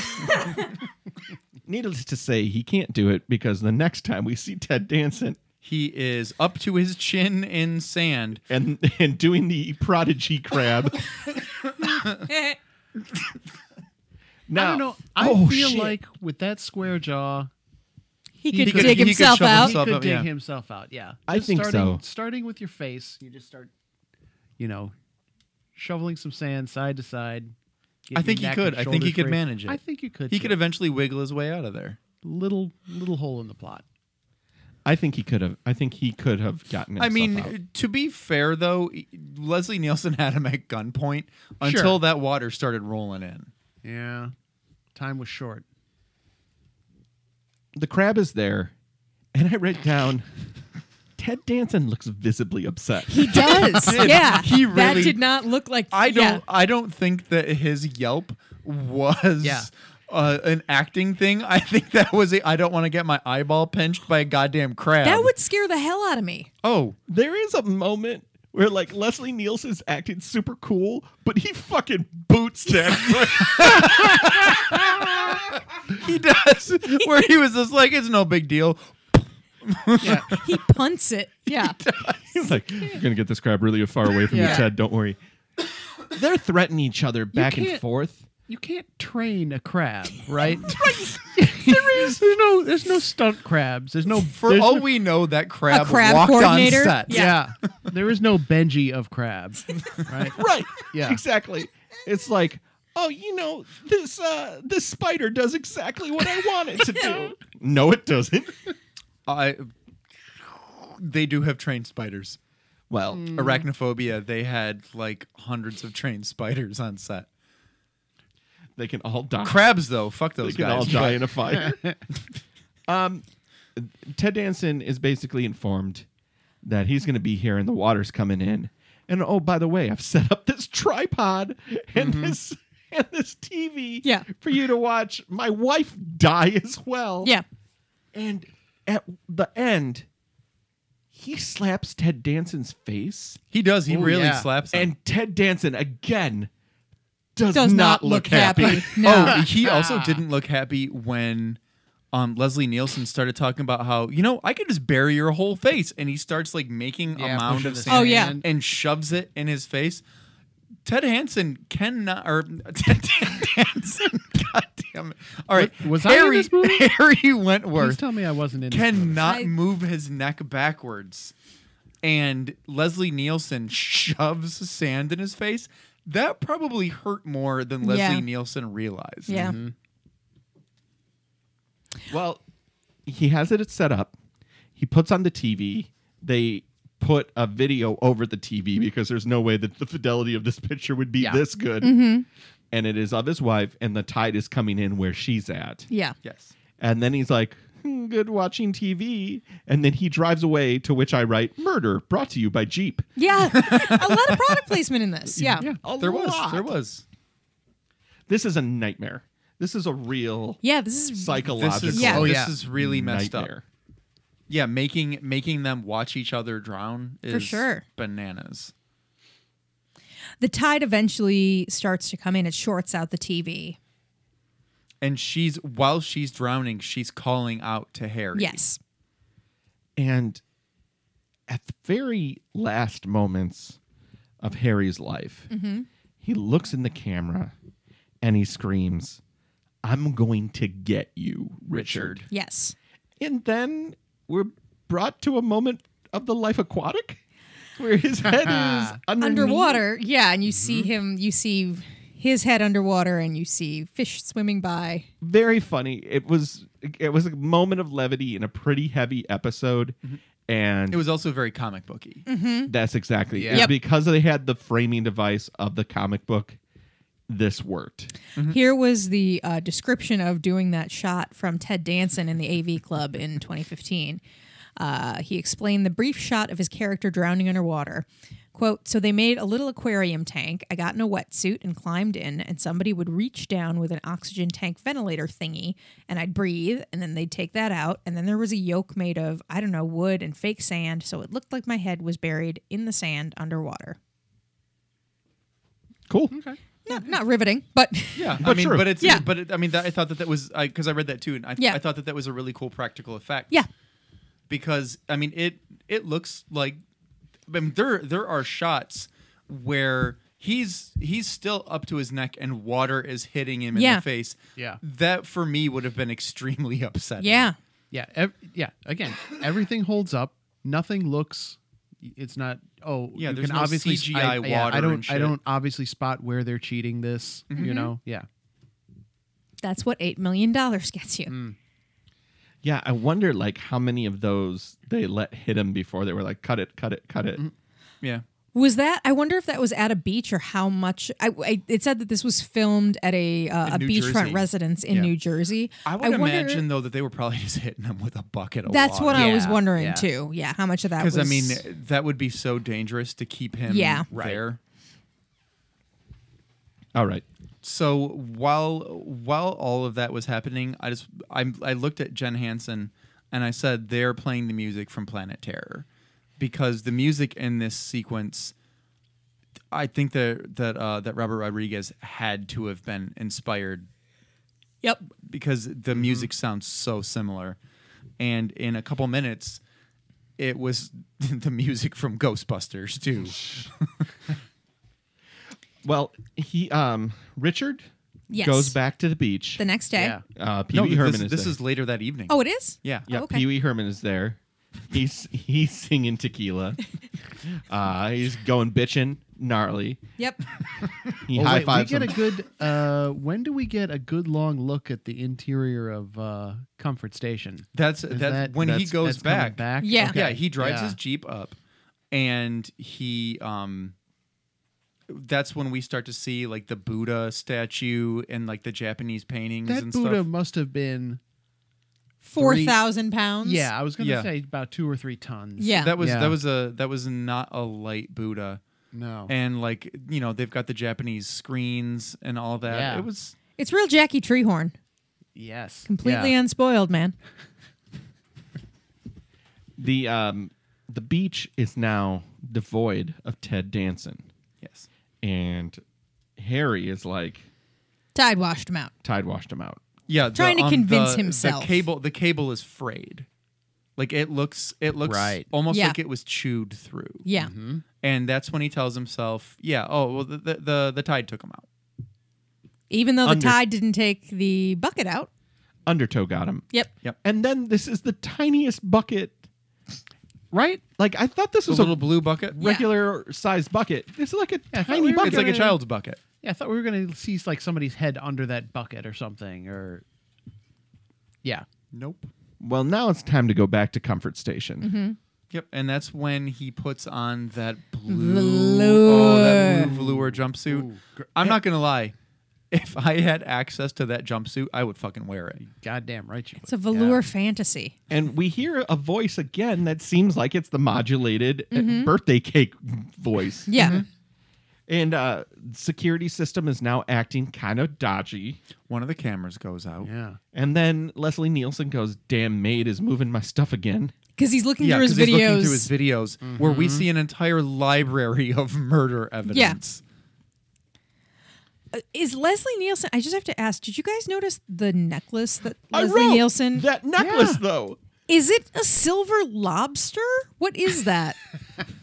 [SPEAKER 1] Needless to say, he can't do it because the next time we see Ted Danson
[SPEAKER 4] He is up to his chin in sand.
[SPEAKER 1] and and doing the prodigy crab. Now,
[SPEAKER 3] I don't know. I
[SPEAKER 1] Oh,
[SPEAKER 3] feel
[SPEAKER 1] shit.
[SPEAKER 3] like with that square jaw,
[SPEAKER 2] he could
[SPEAKER 4] could- he
[SPEAKER 2] dig
[SPEAKER 4] could
[SPEAKER 2] himself
[SPEAKER 4] shovel
[SPEAKER 2] out.
[SPEAKER 3] he
[SPEAKER 4] Himself
[SPEAKER 3] could
[SPEAKER 4] up,
[SPEAKER 3] dig
[SPEAKER 4] yeah.
[SPEAKER 3] himself out. Yeah,
[SPEAKER 1] I
[SPEAKER 3] Just
[SPEAKER 1] think
[SPEAKER 3] starting,
[SPEAKER 1] so.
[SPEAKER 3] Starting with your face, you just start, you know, shoveling some sand side to side. get
[SPEAKER 4] I
[SPEAKER 3] your
[SPEAKER 4] think he
[SPEAKER 3] neck
[SPEAKER 4] could.
[SPEAKER 3] and
[SPEAKER 4] I think he
[SPEAKER 3] shoulders
[SPEAKER 4] could
[SPEAKER 3] free.
[SPEAKER 4] manage it.
[SPEAKER 3] I think you could.
[SPEAKER 4] He
[SPEAKER 3] too.
[SPEAKER 4] could eventually wiggle his way out of there.
[SPEAKER 3] little little hole in the plot.
[SPEAKER 1] I think he could have. I think he could have gotten.
[SPEAKER 4] I
[SPEAKER 1] Himself
[SPEAKER 4] mean,
[SPEAKER 1] out.
[SPEAKER 4] to be fair though, e, Leslie Nielsen had him at gunpoint until that water started rolling in.
[SPEAKER 3] Yeah, time was short.
[SPEAKER 1] the crab is there, and I write down. Ted Danson looks visibly upset.
[SPEAKER 2] He does. yeah.
[SPEAKER 4] He
[SPEAKER 2] that
[SPEAKER 4] really-
[SPEAKER 2] did not look like.
[SPEAKER 4] I don't.
[SPEAKER 2] yeah.
[SPEAKER 4] I don't think that his yelp was
[SPEAKER 3] Yeah.
[SPEAKER 4] uh, an acting thing. I think that was. A, I don't want to get my eyeball pinched by a goddamn crab.
[SPEAKER 2] That would scare the hell out of me.
[SPEAKER 4] Oh,
[SPEAKER 1] there is a moment where like Leslie Nielsen's acting super cool, but he fucking boots that.
[SPEAKER 4] he does. Where he was just like, it's no big deal.
[SPEAKER 2] He punts it. Yeah.
[SPEAKER 1] He's like, "You're gonna get this crab really far away from
[SPEAKER 3] Yeah.
[SPEAKER 1] you, Ted. Don't worry." They're threatening each other back and
[SPEAKER 3] can't-
[SPEAKER 1] forth.
[SPEAKER 3] You can't train a crab, right? there is. There's no. There's no stunt crabs. There's no.
[SPEAKER 4] For
[SPEAKER 3] there's
[SPEAKER 4] all
[SPEAKER 3] no-
[SPEAKER 4] we know, that crab,
[SPEAKER 2] crab
[SPEAKER 4] walked on
[SPEAKER 2] coordinator?
[SPEAKER 4] set.
[SPEAKER 3] yeah. there is no Benji of crab, right?
[SPEAKER 1] Right.
[SPEAKER 3] Yeah.
[SPEAKER 1] Exactly. It's like, oh, you know, this uh this spider does exactly what I want it to do. no, it doesn't.
[SPEAKER 4] I. They do have trained spiders.
[SPEAKER 1] Well,
[SPEAKER 4] Mm.
[SPEAKER 2] Hmm.
[SPEAKER 4] Arachnophobia. They had like hundreds of trained spiders on set.
[SPEAKER 1] they can all die.
[SPEAKER 4] Crabs, though, fuck
[SPEAKER 1] they
[SPEAKER 4] those
[SPEAKER 1] can
[SPEAKER 4] guys.
[SPEAKER 1] all die in a fire. um, Ted Danson is basically informed that he's going to be here and the water's coming in. And oh, by the way, I've set up this tripod and
[SPEAKER 4] Mm-hmm.
[SPEAKER 1] this and this TV
[SPEAKER 2] Yeah.
[SPEAKER 1] for you to watch my wife die as well.
[SPEAKER 2] Yeah.
[SPEAKER 1] And at the end, he slaps Ted Danson's face,
[SPEAKER 4] He does. He
[SPEAKER 3] Oh,
[SPEAKER 4] really
[SPEAKER 3] yeah.
[SPEAKER 4] slaps. 'em.
[SPEAKER 1] and Ted Danson again does,
[SPEAKER 2] Does
[SPEAKER 1] not, look, happy.
[SPEAKER 2] No.
[SPEAKER 4] Oh, he also didn't look happy when um, Leslie Nielsen started talking about how you know I could just bury your whole face, and he starts like making a mound
[SPEAKER 3] pushing
[SPEAKER 4] of
[SPEAKER 3] the
[SPEAKER 4] sand
[SPEAKER 2] Oh, yeah.
[SPEAKER 3] sand.
[SPEAKER 4] and shoves it in his face. Ted Hansen cannot, or Ted Danson, goddamn, coming. All right,
[SPEAKER 3] Was- was I in
[SPEAKER 4] Harry,
[SPEAKER 3] this movie?
[SPEAKER 4] Harry
[SPEAKER 3] Please
[SPEAKER 4] Wentworth
[SPEAKER 3] tell me I wasn't in. this movie.
[SPEAKER 4] cannot
[SPEAKER 2] I-
[SPEAKER 4] move his neck backwards, and Leslie Nielsen shoves sand in his face. That probably hurt more than Leslie
[SPEAKER 2] Yeah.
[SPEAKER 4] Nielsen realized. Mm-hmm.
[SPEAKER 2] Yeah.
[SPEAKER 1] Mm-hmm. Well, he has it set up. He puts on the TV. They put a video over the TV because there's no way that the fidelity of this picture would be
[SPEAKER 3] Yeah.
[SPEAKER 1] this good.
[SPEAKER 2] Mm-hmm.
[SPEAKER 1] And it is of his wife, and the tide is coming in where she's at.
[SPEAKER 2] Yeah.
[SPEAKER 4] Yes.
[SPEAKER 1] And then he's like, "Hmm, good watching TV. And then he drives away, to which I write, murder brought to you by Jeep.
[SPEAKER 2] Yeah. a lot of product placement in this. Yeah. Yeah.
[SPEAKER 1] A
[SPEAKER 4] there was.
[SPEAKER 1] lot.
[SPEAKER 4] There was.
[SPEAKER 1] This is a nightmare. This is a real
[SPEAKER 2] this is
[SPEAKER 1] psychological.
[SPEAKER 4] This is,
[SPEAKER 2] Yeah.
[SPEAKER 4] oh,
[SPEAKER 3] yeah.
[SPEAKER 4] this is really messed up.
[SPEAKER 1] nightmare.
[SPEAKER 4] Yeah, making making them watch each other drown is
[SPEAKER 2] For sure.
[SPEAKER 4] bananas.
[SPEAKER 2] the tide eventually starts to come in. It shorts out the TV.
[SPEAKER 4] And she's while she's drowning, she's calling out to Harry.
[SPEAKER 2] Yes.
[SPEAKER 1] And at the very last moments of Harry's life, he looks in the camera and he screams, I'm going to get you, Richard.
[SPEAKER 2] Yes.
[SPEAKER 1] And then we're brought to a moment of the life aquatic where his head is underneath-
[SPEAKER 2] Underwater. Yeah, and you see him. You see his head underwater, and you see fish swimming by.
[SPEAKER 1] Very funny. It was it was a moment of levity in a pretty heavy episode. And
[SPEAKER 4] It was also very comic booky.
[SPEAKER 1] That's exactly
[SPEAKER 3] Yeah.
[SPEAKER 1] it.
[SPEAKER 2] Yep.
[SPEAKER 1] Because they had the framing device of the comic book, this worked.
[SPEAKER 2] Here was the uh, description of doing that shot from Ted Danson in the AV Club in 2015. Uh, he explained the brief shot of his character drowning underwater. Quote, so they made a little aquarium tank. I got in a wetsuit and climbed in, and somebody would reach down with an oxygen tank ventilator thingy, and I'd breathe, and then they'd take that out, and then there was a yoke made of, I don't know, wood and fake sand, so it looked like my head was buried in the sand underwater.
[SPEAKER 1] Cool.
[SPEAKER 2] Not, not riveting, but
[SPEAKER 4] Yeah, I
[SPEAKER 1] But
[SPEAKER 4] mean,
[SPEAKER 1] true.
[SPEAKER 4] but it's
[SPEAKER 2] Yeah.
[SPEAKER 4] but it, I mean, that, I thought that that was because I, read that too, and I,
[SPEAKER 2] Yeah.
[SPEAKER 4] I thought that that was a really cool practical effect.
[SPEAKER 2] yeah,
[SPEAKER 4] because I mean, it it looks like I mean, there there are shots where he's he's still up to his neck and water is hitting him in
[SPEAKER 2] Yeah.
[SPEAKER 4] the face.
[SPEAKER 3] Yeah.
[SPEAKER 4] that for me would have been extremely upsetting.
[SPEAKER 2] yeah.
[SPEAKER 3] Yeah, ev- yeah. Again, everything holds up. Nothing looks. It's not. Oh,
[SPEAKER 4] Yeah,
[SPEAKER 3] You
[SPEAKER 4] there's
[SPEAKER 3] can
[SPEAKER 4] no
[SPEAKER 3] obviously
[SPEAKER 4] CGI
[SPEAKER 3] I, yeah,
[SPEAKER 4] water
[SPEAKER 3] I don't.
[SPEAKER 4] and
[SPEAKER 3] I
[SPEAKER 4] shit.
[SPEAKER 3] don't obviously spot where they're cheating this.
[SPEAKER 2] Mm-hmm.
[SPEAKER 3] You know. Yeah.
[SPEAKER 2] That's what $8 million gets you.
[SPEAKER 4] Mm.
[SPEAKER 1] Yeah, I wonder like how many of those they let hit him before they were like, cut it, cut it, cut it.
[SPEAKER 4] yeah.
[SPEAKER 2] Was that? I wonder if that was at a beach or how much. I, I it said that this was filmed at a uh, a
[SPEAKER 4] In New
[SPEAKER 2] beachfront
[SPEAKER 4] Jersey.
[SPEAKER 2] residence in
[SPEAKER 3] Yeah.
[SPEAKER 2] New Jersey.
[SPEAKER 4] I would
[SPEAKER 2] wonder-
[SPEAKER 4] imagine though that they were probably just hitting him with a bucket of
[SPEAKER 2] That's what
[SPEAKER 4] water.
[SPEAKER 2] I was
[SPEAKER 3] Yeah,
[SPEAKER 2] wondering
[SPEAKER 3] yeah.
[SPEAKER 2] too. Yeah, how much of that?
[SPEAKER 4] Because
[SPEAKER 2] was...
[SPEAKER 4] I mean, that would be so dangerous to keep him
[SPEAKER 2] Yeah.
[SPEAKER 4] there.
[SPEAKER 1] All right.
[SPEAKER 4] So while while all of that was happening, I just I, I looked at Jen Hansen and I said they're playing the music from Planet Terror because the music in this sequence, I think that that uh, that Robert Rodriguez had to have been inspired
[SPEAKER 2] yep.
[SPEAKER 4] because the music sounds so similar, and in a couple minutes, it was the music from Ghostbusters too.
[SPEAKER 1] Well, he um Richard
[SPEAKER 2] Yes.
[SPEAKER 1] goes back to the beach.
[SPEAKER 2] The next day.
[SPEAKER 3] Yeah.
[SPEAKER 1] uh Pee
[SPEAKER 4] no,
[SPEAKER 1] Wee Herman
[SPEAKER 4] this,
[SPEAKER 1] is
[SPEAKER 4] this
[SPEAKER 1] there.
[SPEAKER 4] is later that evening.
[SPEAKER 2] Oh, it is.
[SPEAKER 4] yeah,
[SPEAKER 1] yeah,
[SPEAKER 2] okay.
[SPEAKER 1] Pee Wee Herman is there. He's he's singing tequila. uh he's going bitching, gnarly.
[SPEAKER 2] Yep.
[SPEAKER 1] He
[SPEAKER 3] Oh,
[SPEAKER 1] high
[SPEAKER 3] wait, we
[SPEAKER 1] fives
[SPEAKER 3] get
[SPEAKER 1] him.
[SPEAKER 3] a good. Uh, when do we get a good long look at the interior of uh, Comfort Station?
[SPEAKER 4] That's
[SPEAKER 3] Is
[SPEAKER 4] that's when he
[SPEAKER 3] that's-
[SPEAKER 4] goes
[SPEAKER 3] that's coming
[SPEAKER 4] back.
[SPEAKER 3] back.
[SPEAKER 2] Yeah.
[SPEAKER 3] Okay.
[SPEAKER 4] Yeah, he drives
[SPEAKER 3] Yeah.
[SPEAKER 4] his jeep up, and he um. That's when we start to see like the Buddha statue and like the Japanese paintings
[SPEAKER 3] That
[SPEAKER 4] and
[SPEAKER 3] Buddha
[SPEAKER 4] stuff.
[SPEAKER 3] must have been.
[SPEAKER 2] Four thousand pounds.
[SPEAKER 3] Yeah, I was gonna
[SPEAKER 4] Yeah.
[SPEAKER 3] say about two or three tons.
[SPEAKER 2] Yeah.
[SPEAKER 4] That was
[SPEAKER 3] Yeah.
[SPEAKER 4] that was a that was not a light Buddha,
[SPEAKER 3] No.
[SPEAKER 4] and like you know they've got the Japanese screens and all that.
[SPEAKER 3] Yeah.
[SPEAKER 4] It was
[SPEAKER 2] It's real Jackie Treehorn,
[SPEAKER 3] yes.
[SPEAKER 2] completely
[SPEAKER 3] Yeah.
[SPEAKER 2] unspoiled, man.
[SPEAKER 1] the um the beach is now devoid of Ted Danson.
[SPEAKER 4] yes,
[SPEAKER 1] and Harry is like
[SPEAKER 2] Tide washed him out.
[SPEAKER 1] tide washed him out.
[SPEAKER 4] yeah. the-
[SPEAKER 2] Trying to convince
[SPEAKER 4] the- the
[SPEAKER 2] himself.
[SPEAKER 4] cable the cable is frayed, like it looks it looks
[SPEAKER 3] Right.
[SPEAKER 4] almost
[SPEAKER 2] Yeah.
[SPEAKER 4] like it was chewed through.
[SPEAKER 2] Yeah.
[SPEAKER 4] and that's when he tells himself, "Yeah, oh well, the the the, the tide took him out."
[SPEAKER 2] Even though the
[SPEAKER 1] Under-
[SPEAKER 2] tide didn't take the bucket out.
[SPEAKER 1] Undertow got him.
[SPEAKER 2] Yep.
[SPEAKER 1] And then this is the tiniest bucket.
[SPEAKER 3] right?
[SPEAKER 1] Like I thought this
[SPEAKER 4] The
[SPEAKER 1] was
[SPEAKER 4] little
[SPEAKER 1] a
[SPEAKER 4] blue bucket.
[SPEAKER 2] Yeah.
[SPEAKER 1] regular sized bucket. This is like a
[SPEAKER 3] I thought
[SPEAKER 1] tiny
[SPEAKER 3] we were
[SPEAKER 1] bucket.
[SPEAKER 4] It's like a child's bucket.
[SPEAKER 3] Yeah, I thought we were gonna see like somebody's head under that bucket or something, or yeah,
[SPEAKER 4] Nope.
[SPEAKER 1] Well, now it's time to go back to comfort station.
[SPEAKER 4] Yep, and that's when he puts on that blue,
[SPEAKER 2] Velour.
[SPEAKER 4] oh, that blue velour jumpsuit. I'm not gonna lie, if I had access to that jumpsuit, I would fucking wear it.
[SPEAKER 3] goddamn right you.
[SPEAKER 2] It's a velour fantasy.
[SPEAKER 1] And we hear a voice again that seems like it's the modulated uh, birthday cake voice.
[SPEAKER 3] Mm-hmm.
[SPEAKER 2] Yeah.
[SPEAKER 1] And uh security system is now acting kind of dodgy.
[SPEAKER 4] One of the cameras goes out.
[SPEAKER 3] would. yeah.
[SPEAKER 1] And then Leslie Nielsen goes, "Damn maid is moving my stuff again."
[SPEAKER 2] Because he's looking
[SPEAKER 4] Yeah,
[SPEAKER 2] through
[SPEAKER 4] 'cause
[SPEAKER 2] his
[SPEAKER 4] he's
[SPEAKER 2] videos.
[SPEAKER 4] looking through his videos, where we see an entire library of murder evidence.
[SPEAKER 2] Is Leslie Nielsen? I just have to ask. Did you guys notice the necklace that
[SPEAKER 1] I
[SPEAKER 2] Leslie
[SPEAKER 1] wrote
[SPEAKER 2] Nielsen?
[SPEAKER 1] that necklace
[SPEAKER 3] Yeah.
[SPEAKER 1] though.
[SPEAKER 2] is it a silver lobster? What is that?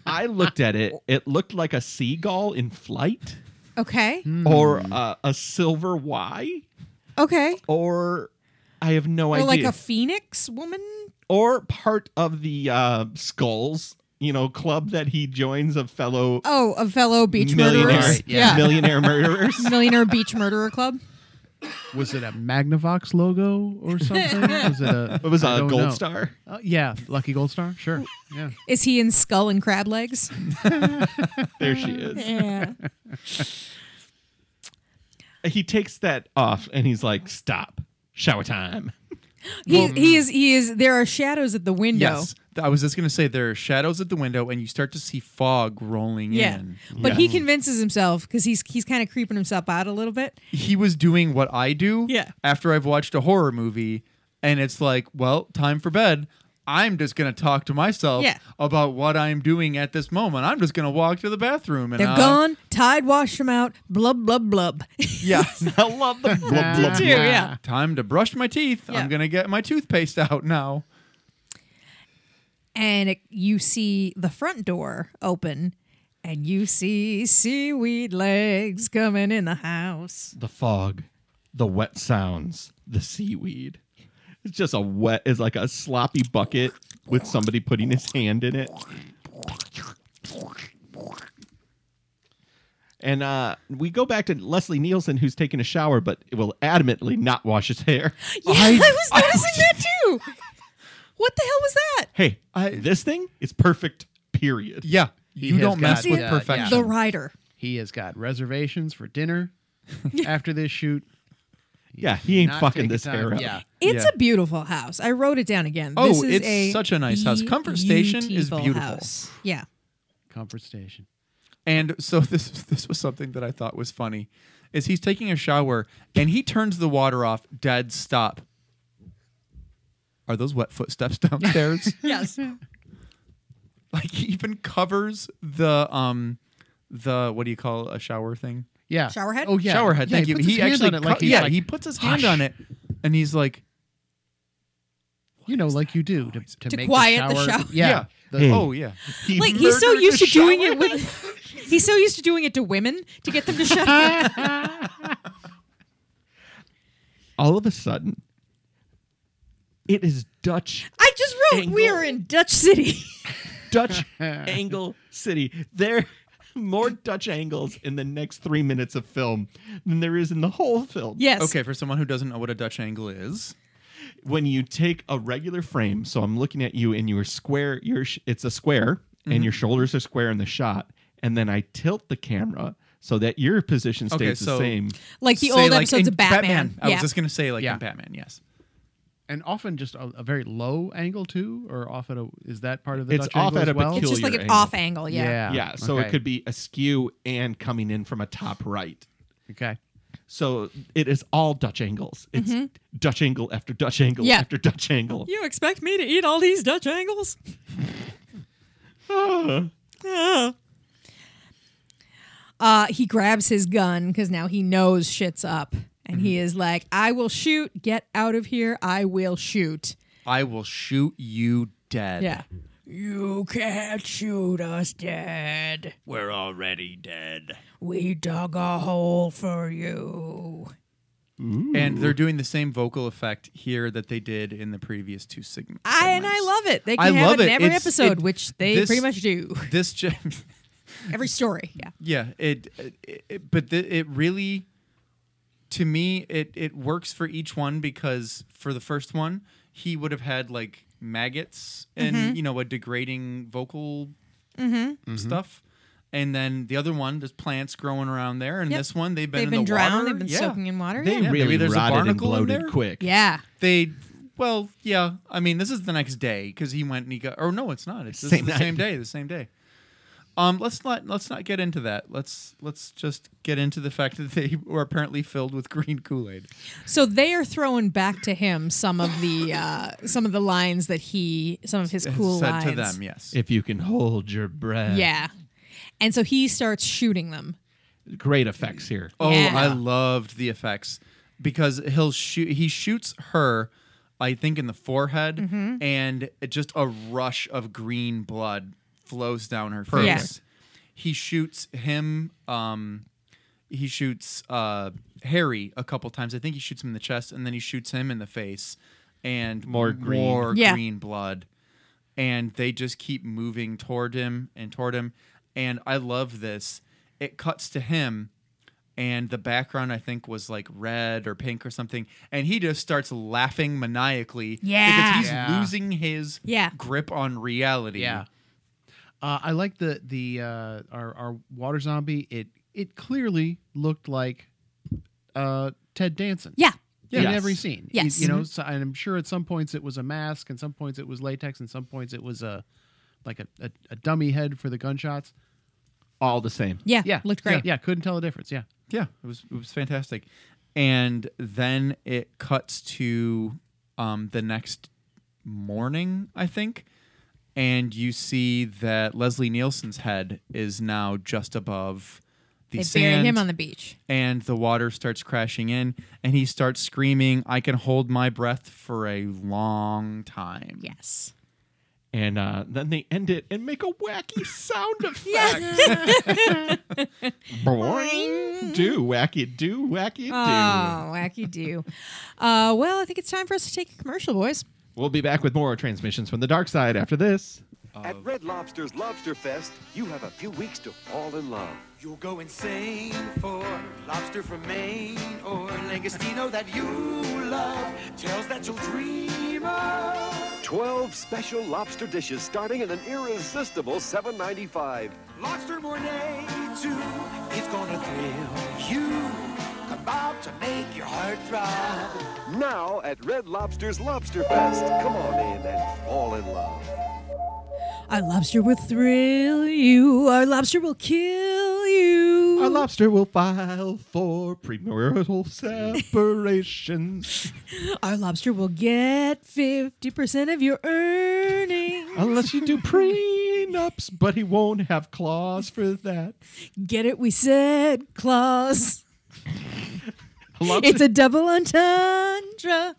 [SPEAKER 1] I looked at it. It looked like a seagull in flight,
[SPEAKER 2] okay.
[SPEAKER 3] Hmm.
[SPEAKER 1] or uh, a silver Y,
[SPEAKER 2] Okay.
[SPEAKER 1] or I have no
[SPEAKER 2] Or
[SPEAKER 1] idea,
[SPEAKER 2] like a phoenix woman?
[SPEAKER 1] or part of the uh, skulls, you know, club that he joins of fellow
[SPEAKER 2] Oh, a fellow beach
[SPEAKER 1] millionaire,
[SPEAKER 2] murderers. Yeah.
[SPEAKER 1] millionaire murderers.
[SPEAKER 2] Millionaire Beach Murderer Club.
[SPEAKER 3] Was it a Magnavox logo or something? was it a?
[SPEAKER 1] It was
[SPEAKER 3] I
[SPEAKER 1] a
[SPEAKER 3] don't
[SPEAKER 1] gold
[SPEAKER 3] know.
[SPEAKER 1] star.
[SPEAKER 3] Uh, yeah, Lucky Gold Star. Sure. Yeah.
[SPEAKER 2] Is he in skull and crab legs?
[SPEAKER 1] There she is.
[SPEAKER 2] Yeah.
[SPEAKER 1] He takes that off and he's like, "Stop, shower time."
[SPEAKER 2] He, he is he is there are shadows at the window.
[SPEAKER 4] Yes, Th- I was just gonna say there are shadows at the window, and you start to see fog rolling
[SPEAKER 2] Yeah.
[SPEAKER 4] in.
[SPEAKER 2] But he convinces himself because he's he's kind of creeping himself out a little bit.
[SPEAKER 4] he was doing what I do
[SPEAKER 2] Yeah.
[SPEAKER 4] after I've watched a horror movie and it's like, well, time for bed. I'm just going to talk to myself
[SPEAKER 2] Yeah.
[SPEAKER 4] about what I'm doing at this moment. I'm just going to walk to the bathroom and
[SPEAKER 2] They're
[SPEAKER 4] uh,
[SPEAKER 2] gone, tide washed them out, blub blub blub.
[SPEAKER 4] Yeah.
[SPEAKER 1] I love the blub, blub,
[SPEAKER 2] too, yeah.
[SPEAKER 4] time to brush my teeth.
[SPEAKER 2] Yeah.
[SPEAKER 4] I'm going to get my toothpaste out now.
[SPEAKER 2] and it, you see the front door open and you see seaweed legs coming in the house.
[SPEAKER 1] the fog, the wet sounds, the seaweed. It's just a wet, it's like a sloppy bucket with somebody putting his hand in it. And uh, we go back to Leslie Nielsen, who's taking a shower, but will adamantly not wash his hair.
[SPEAKER 2] Yeah, I, was noticing that too. What the hell was that?
[SPEAKER 1] Hey,
[SPEAKER 4] I-
[SPEAKER 1] this thing is perfect, period.
[SPEAKER 4] Yeah. you
[SPEAKER 3] has
[SPEAKER 4] don't mess
[SPEAKER 3] got
[SPEAKER 4] with
[SPEAKER 3] that, yeah.
[SPEAKER 4] perfection.
[SPEAKER 2] The rider.
[SPEAKER 3] He has got reservations for dinner after this shoot.
[SPEAKER 1] Yeah, he ain't
[SPEAKER 3] Not
[SPEAKER 1] fucking
[SPEAKER 3] taking
[SPEAKER 1] this
[SPEAKER 3] time-
[SPEAKER 1] hair up.
[SPEAKER 3] Yeah.
[SPEAKER 2] It's
[SPEAKER 4] Yeah.
[SPEAKER 2] a beautiful house. I wrote it down again.
[SPEAKER 4] Oh,
[SPEAKER 2] this is
[SPEAKER 4] it's
[SPEAKER 2] a
[SPEAKER 4] such a nice house. Comfort Station is beautiful.
[SPEAKER 2] house. Yeah.
[SPEAKER 3] Comfort station.
[SPEAKER 4] And so this this was something that I thought was funny, is he's taking a shower and he turns the water off. Dad, stop. Are those wet footsteps downstairs?
[SPEAKER 2] Yes.
[SPEAKER 4] like he even covers the um the what do you call a shower thing?
[SPEAKER 3] Yeah.
[SPEAKER 2] Shower head?
[SPEAKER 3] Oh yeah.
[SPEAKER 4] Shower head.
[SPEAKER 3] Yeah,
[SPEAKER 4] thank
[SPEAKER 3] he
[SPEAKER 4] you.
[SPEAKER 3] puts his hand
[SPEAKER 4] actually
[SPEAKER 3] on it like
[SPEAKER 4] co-
[SPEAKER 3] he's
[SPEAKER 4] yeah
[SPEAKER 3] like,
[SPEAKER 4] he puts his hand on it and he's like
[SPEAKER 3] you know, like you do to, to,
[SPEAKER 2] To
[SPEAKER 3] make
[SPEAKER 2] quiet the
[SPEAKER 3] the shower.
[SPEAKER 2] shower.
[SPEAKER 3] Yeah.
[SPEAKER 4] yeah.
[SPEAKER 3] The-
[SPEAKER 2] Hmm.
[SPEAKER 1] Hey.
[SPEAKER 4] oh yeah
[SPEAKER 1] He
[SPEAKER 2] like he's so
[SPEAKER 1] murdered
[SPEAKER 2] used
[SPEAKER 1] the
[SPEAKER 2] to doing
[SPEAKER 1] shower
[SPEAKER 2] it with he's so used to doing it to women to get them to shut up.
[SPEAKER 1] all of a sudden, it is Dutch
[SPEAKER 2] I just wrote we
[SPEAKER 1] Angle.
[SPEAKER 2] are in Dutch City.
[SPEAKER 1] Dutch Angle City. There more Dutch angles in the next three minutes of film than there is in the whole film.
[SPEAKER 2] yes.
[SPEAKER 4] okay for someone who doesn't know what a Dutch angle is
[SPEAKER 1] When you take a regular frame, so I'm looking at you and you are square, your sh- it's a square and your shoulders are square in the shot, and then I tilt the camera so that your position stays
[SPEAKER 4] Okay,
[SPEAKER 1] the
[SPEAKER 4] so-
[SPEAKER 1] same.
[SPEAKER 2] Like the
[SPEAKER 4] Say,
[SPEAKER 2] old
[SPEAKER 4] like,
[SPEAKER 2] episodes
[SPEAKER 4] in
[SPEAKER 2] of Batman.
[SPEAKER 4] I
[SPEAKER 2] yeah.
[SPEAKER 4] was just gonna say like
[SPEAKER 3] Yeah.
[SPEAKER 4] in Batman yes
[SPEAKER 3] And often just a, a very low angle too, or off at a is that part of the
[SPEAKER 1] It's
[SPEAKER 3] Dutch
[SPEAKER 1] off
[SPEAKER 3] angle
[SPEAKER 1] at
[SPEAKER 3] as
[SPEAKER 1] a
[SPEAKER 3] well?
[SPEAKER 1] peculiar-
[SPEAKER 2] it's just like an
[SPEAKER 1] angle.
[SPEAKER 2] off angle, yeah.
[SPEAKER 3] yeah.
[SPEAKER 1] yeah, so
[SPEAKER 3] Okay.
[SPEAKER 1] it could be askew and coming in from a top right.
[SPEAKER 3] Okay.
[SPEAKER 1] So it is all Dutch angles. It's Dutch angle after Dutch angle
[SPEAKER 2] Yeah.
[SPEAKER 1] after Dutch angle.
[SPEAKER 2] You expect me to eat all these Dutch angles? Ah. uh, he grabs his gun because now he knows shit's up. And he
[SPEAKER 4] Mm-hmm.
[SPEAKER 2] is like, I will shoot. Get out of here. I will shoot.
[SPEAKER 4] I will shoot you dead
[SPEAKER 2] Yeah. You can't shoot us dead.
[SPEAKER 7] We're already dead.
[SPEAKER 2] We dug a hole for you.
[SPEAKER 4] and they're doing the same vocal effect here that they did in the previous two segments.
[SPEAKER 2] I and I love it. They
[SPEAKER 4] I
[SPEAKER 2] can have
[SPEAKER 4] love
[SPEAKER 2] it in
[SPEAKER 4] it.
[SPEAKER 2] every
[SPEAKER 4] It's-
[SPEAKER 2] episode,
[SPEAKER 4] it-
[SPEAKER 2] which they
[SPEAKER 4] this-
[SPEAKER 2] pretty much do.
[SPEAKER 4] this. Ju-
[SPEAKER 2] Every story. Yeah.
[SPEAKER 4] yeah, it, it, it- but the, it really, to me, it it works for each one because for the first one, he would have had like maggots and
[SPEAKER 2] Mm-hmm.
[SPEAKER 4] you know a degrading vocal stuff. And then the other one, there's plants growing around there, and
[SPEAKER 2] Yep.
[SPEAKER 4] this one they've been
[SPEAKER 2] They've
[SPEAKER 4] in
[SPEAKER 2] been
[SPEAKER 4] the
[SPEAKER 2] drowned.
[SPEAKER 4] water.
[SPEAKER 2] They've been
[SPEAKER 4] yeah.
[SPEAKER 2] soaking in water.
[SPEAKER 1] They
[SPEAKER 2] yeah.
[SPEAKER 4] maybe
[SPEAKER 1] really
[SPEAKER 4] there's a
[SPEAKER 1] rotted and
[SPEAKER 4] barnacle in
[SPEAKER 1] bloated
[SPEAKER 4] there?
[SPEAKER 1] quick.
[SPEAKER 2] yeah.
[SPEAKER 4] they well yeah i mean this is the next day because he went and he got or no it's not it's this
[SPEAKER 1] Same
[SPEAKER 4] is the
[SPEAKER 1] night.
[SPEAKER 4] same day the same day um let's not let's not get into that let's let's just get into the fact that they were apparently filled with green kool-aid
[SPEAKER 2] So they are throwing back to him some of the uh, some of the lines that he some of his cool
[SPEAKER 4] said
[SPEAKER 2] lines
[SPEAKER 4] to them yes
[SPEAKER 1] If you can hold your breath.
[SPEAKER 2] Yeah. And so he starts shooting them.
[SPEAKER 1] Great effects here.
[SPEAKER 4] oh
[SPEAKER 2] Yeah.
[SPEAKER 4] i loved the effects because he'll shoot he shoots her i think in the forehead
[SPEAKER 2] Mm-hmm.
[SPEAKER 4] and it just a rush of green blood flows down her face
[SPEAKER 2] Yeah.
[SPEAKER 4] he shoots him um he shoots uh harry a couple times i think he shoots him in the chest and then he shoots him in the face and
[SPEAKER 1] More green.
[SPEAKER 4] more
[SPEAKER 2] Yeah.
[SPEAKER 4] green blood and they just keep moving toward him and toward him and i love this it cuts to him and the background i think was like red or pink or something and he just starts laughing maniacally
[SPEAKER 2] Yeah.
[SPEAKER 4] because he's
[SPEAKER 3] Yeah.
[SPEAKER 4] losing his
[SPEAKER 2] Yeah.
[SPEAKER 4] grip on reality
[SPEAKER 3] Yeah. Uh, I like the the uh, our our water zombie. It it clearly looked like uh, Ted Danson.
[SPEAKER 2] Yeah.
[SPEAKER 1] Yeah.
[SPEAKER 3] In
[SPEAKER 1] Yes.
[SPEAKER 3] every scene. You-
[SPEAKER 2] Yes. Mm-hmm.
[SPEAKER 3] You, know, so, and I'm sure at some points it was a mask, and some points it was latex, and some points it was a like a, a, a dummy head for the gunshots.
[SPEAKER 1] All the same.
[SPEAKER 2] Yeah.
[SPEAKER 3] Yeah.
[SPEAKER 2] Looked great.
[SPEAKER 3] Yeah, yeah, couldn't tell the difference. Yeah.
[SPEAKER 4] yeah it was it was fantastic and then it cuts to um the next morning i think and you see that leslie nielsen's head is now just above the
[SPEAKER 2] They
[SPEAKER 4] sand
[SPEAKER 2] buried him on the beach.
[SPEAKER 4] and the water starts crashing in and he starts screaming i can hold my breath for a long time
[SPEAKER 2] Yes.
[SPEAKER 1] And uh, then they end it and make a wacky sound effect. Boing. Do wacky do wacky do.
[SPEAKER 2] Oh, wacky do. Uh, well, I think it's time for us to take a commercial, boys.
[SPEAKER 1] We'll be back with more transmissions from the dark side after this.
[SPEAKER 7] At Red Lobster's Lobster Fest, you have a few weeks to fall in love.
[SPEAKER 8] You'll go insane for lobster from Maine or langostino that you love, tales that you'll dream of.
[SPEAKER 7] 12 special lobster dishes starting at an irresistible $7.95.
[SPEAKER 8] Lobster Mornay too, it's gonna thrill you, about to make your heart throb.
[SPEAKER 7] Now at Red Lobster's Lobster Fest. Come on in and fall in love.
[SPEAKER 2] Our lobster will thrill you. Our lobster will kill you.
[SPEAKER 1] Our lobster will file for premarital separation.
[SPEAKER 2] Our lobster will get 50% of your earnings.
[SPEAKER 1] Unless you do prenups, but he won't have claws for that.
[SPEAKER 2] Get it? We said claws.
[SPEAKER 1] A lobster-
[SPEAKER 2] It's a double entendre.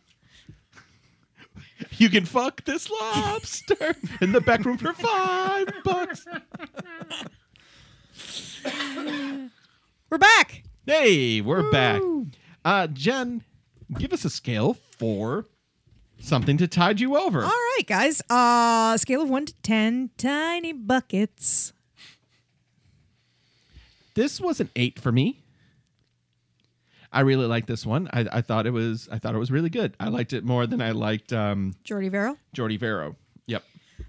[SPEAKER 1] you can fuck this lobster in the back room for five bucks.
[SPEAKER 2] We're back.
[SPEAKER 1] Hey, we're back. Uh, Jen, give us a scale for something to tide you over.
[SPEAKER 2] All right, guys. Uh scale of 1 to 10, tiny buckets.
[SPEAKER 1] This was an eight for me. I really liked this one. I, I thought it was I thought it was really good. I liked it more than I liked um,
[SPEAKER 2] Jordy Vero.
[SPEAKER 1] Jordy Vero. Yep.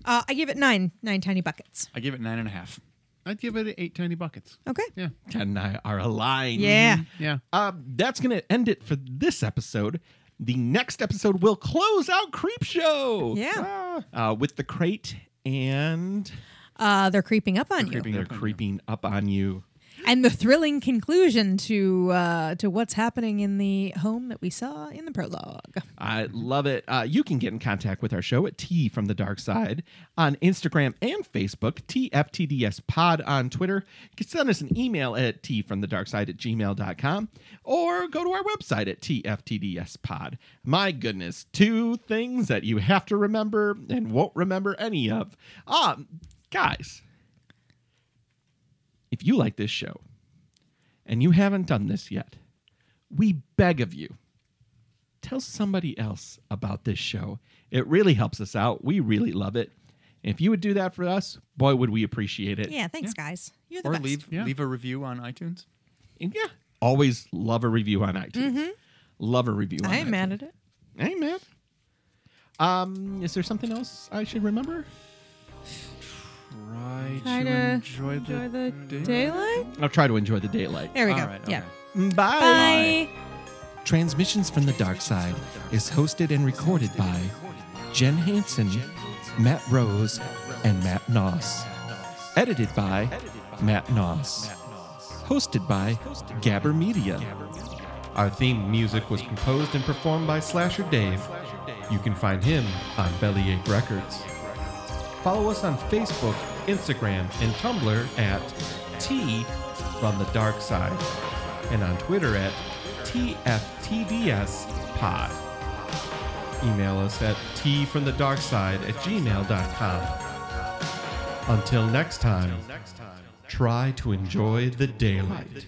[SPEAKER 2] Uh, I give it 9, 9 tiny buckets.
[SPEAKER 4] i give it nine and a half
[SPEAKER 3] I'd give it eight tiny buckets.
[SPEAKER 2] Okay.
[SPEAKER 3] Yeah.
[SPEAKER 1] Ted and I are aligned.
[SPEAKER 2] Yeah.
[SPEAKER 3] Yeah.
[SPEAKER 1] Um, that's going to end it for this episode. The next episode will close out Creep Show.
[SPEAKER 2] Yeah.
[SPEAKER 1] Uh, with the crate and
[SPEAKER 2] Uh they're creeping up on you.
[SPEAKER 1] they're creeping up on you.
[SPEAKER 2] And the thrilling conclusion to uh to what's happening in the home that we saw in the prologue.
[SPEAKER 1] I love it. Uh, you can get in contact with our show at T from the Dark Side on Instagram and Facebook, TFTDS Pod on Twitter. You can send us an email at T from the Dark Side at gmail.com or go to our website at TFTDS Pod. My goodness, two things that you have to remember and won't remember any of. Um, guys, if you like this show and you haven't done this yet, we beg of you, tell somebody else about this show. It really helps us out. We really love it. If you would do that for us, boy, would we appreciate it.
[SPEAKER 2] Yeah, thanks, guys. You're the
[SPEAKER 4] or
[SPEAKER 2] best.
[SPEAKER 4] leave
[SPEAKER 3] Yeah.
[SPEAKER 4] leave a review on iTunes.
[SPEAKER 1] And yeah, always love a review on iTunes. Love a review on
[SPEAKER 2] Mm-hmm. I ain't
[SPEAKER 1] iTunes.
[SPEAKER 2] mad at it.
[SPEAKER 1] I ain't mad. Um, is there something else I should remember?
[SPEAKER 4] Right.
[SPEAKER 2] Try to enjoy, the, daylight.
[SPEAKER 1] I'll try to enjoy the daylight.
[SPEAKER 2] There we go.
[SPEAKER 4] All right,
[SPEAKER 2] yeah.
[SPEAKER 4] okay.
[SPEAKER 2] Bye.
[SPEAKER 1] Transmissions from the Dark Side is hosted and recorded by Jen Hansen, Matt Rose, and Matt Noss. Edited by Matt Noss. Hosted by Gabber Media. Our theme music was composed and performed by Slasher Dave. You can find him on Bellyache Records. Follow us on Facebook, Instagram, and Tumblr at T from the Dark Side and on Twitter at TFTDSPod. Email us at tfromthedarkside at gmail.com. Until next time, try to enjoy the daylight.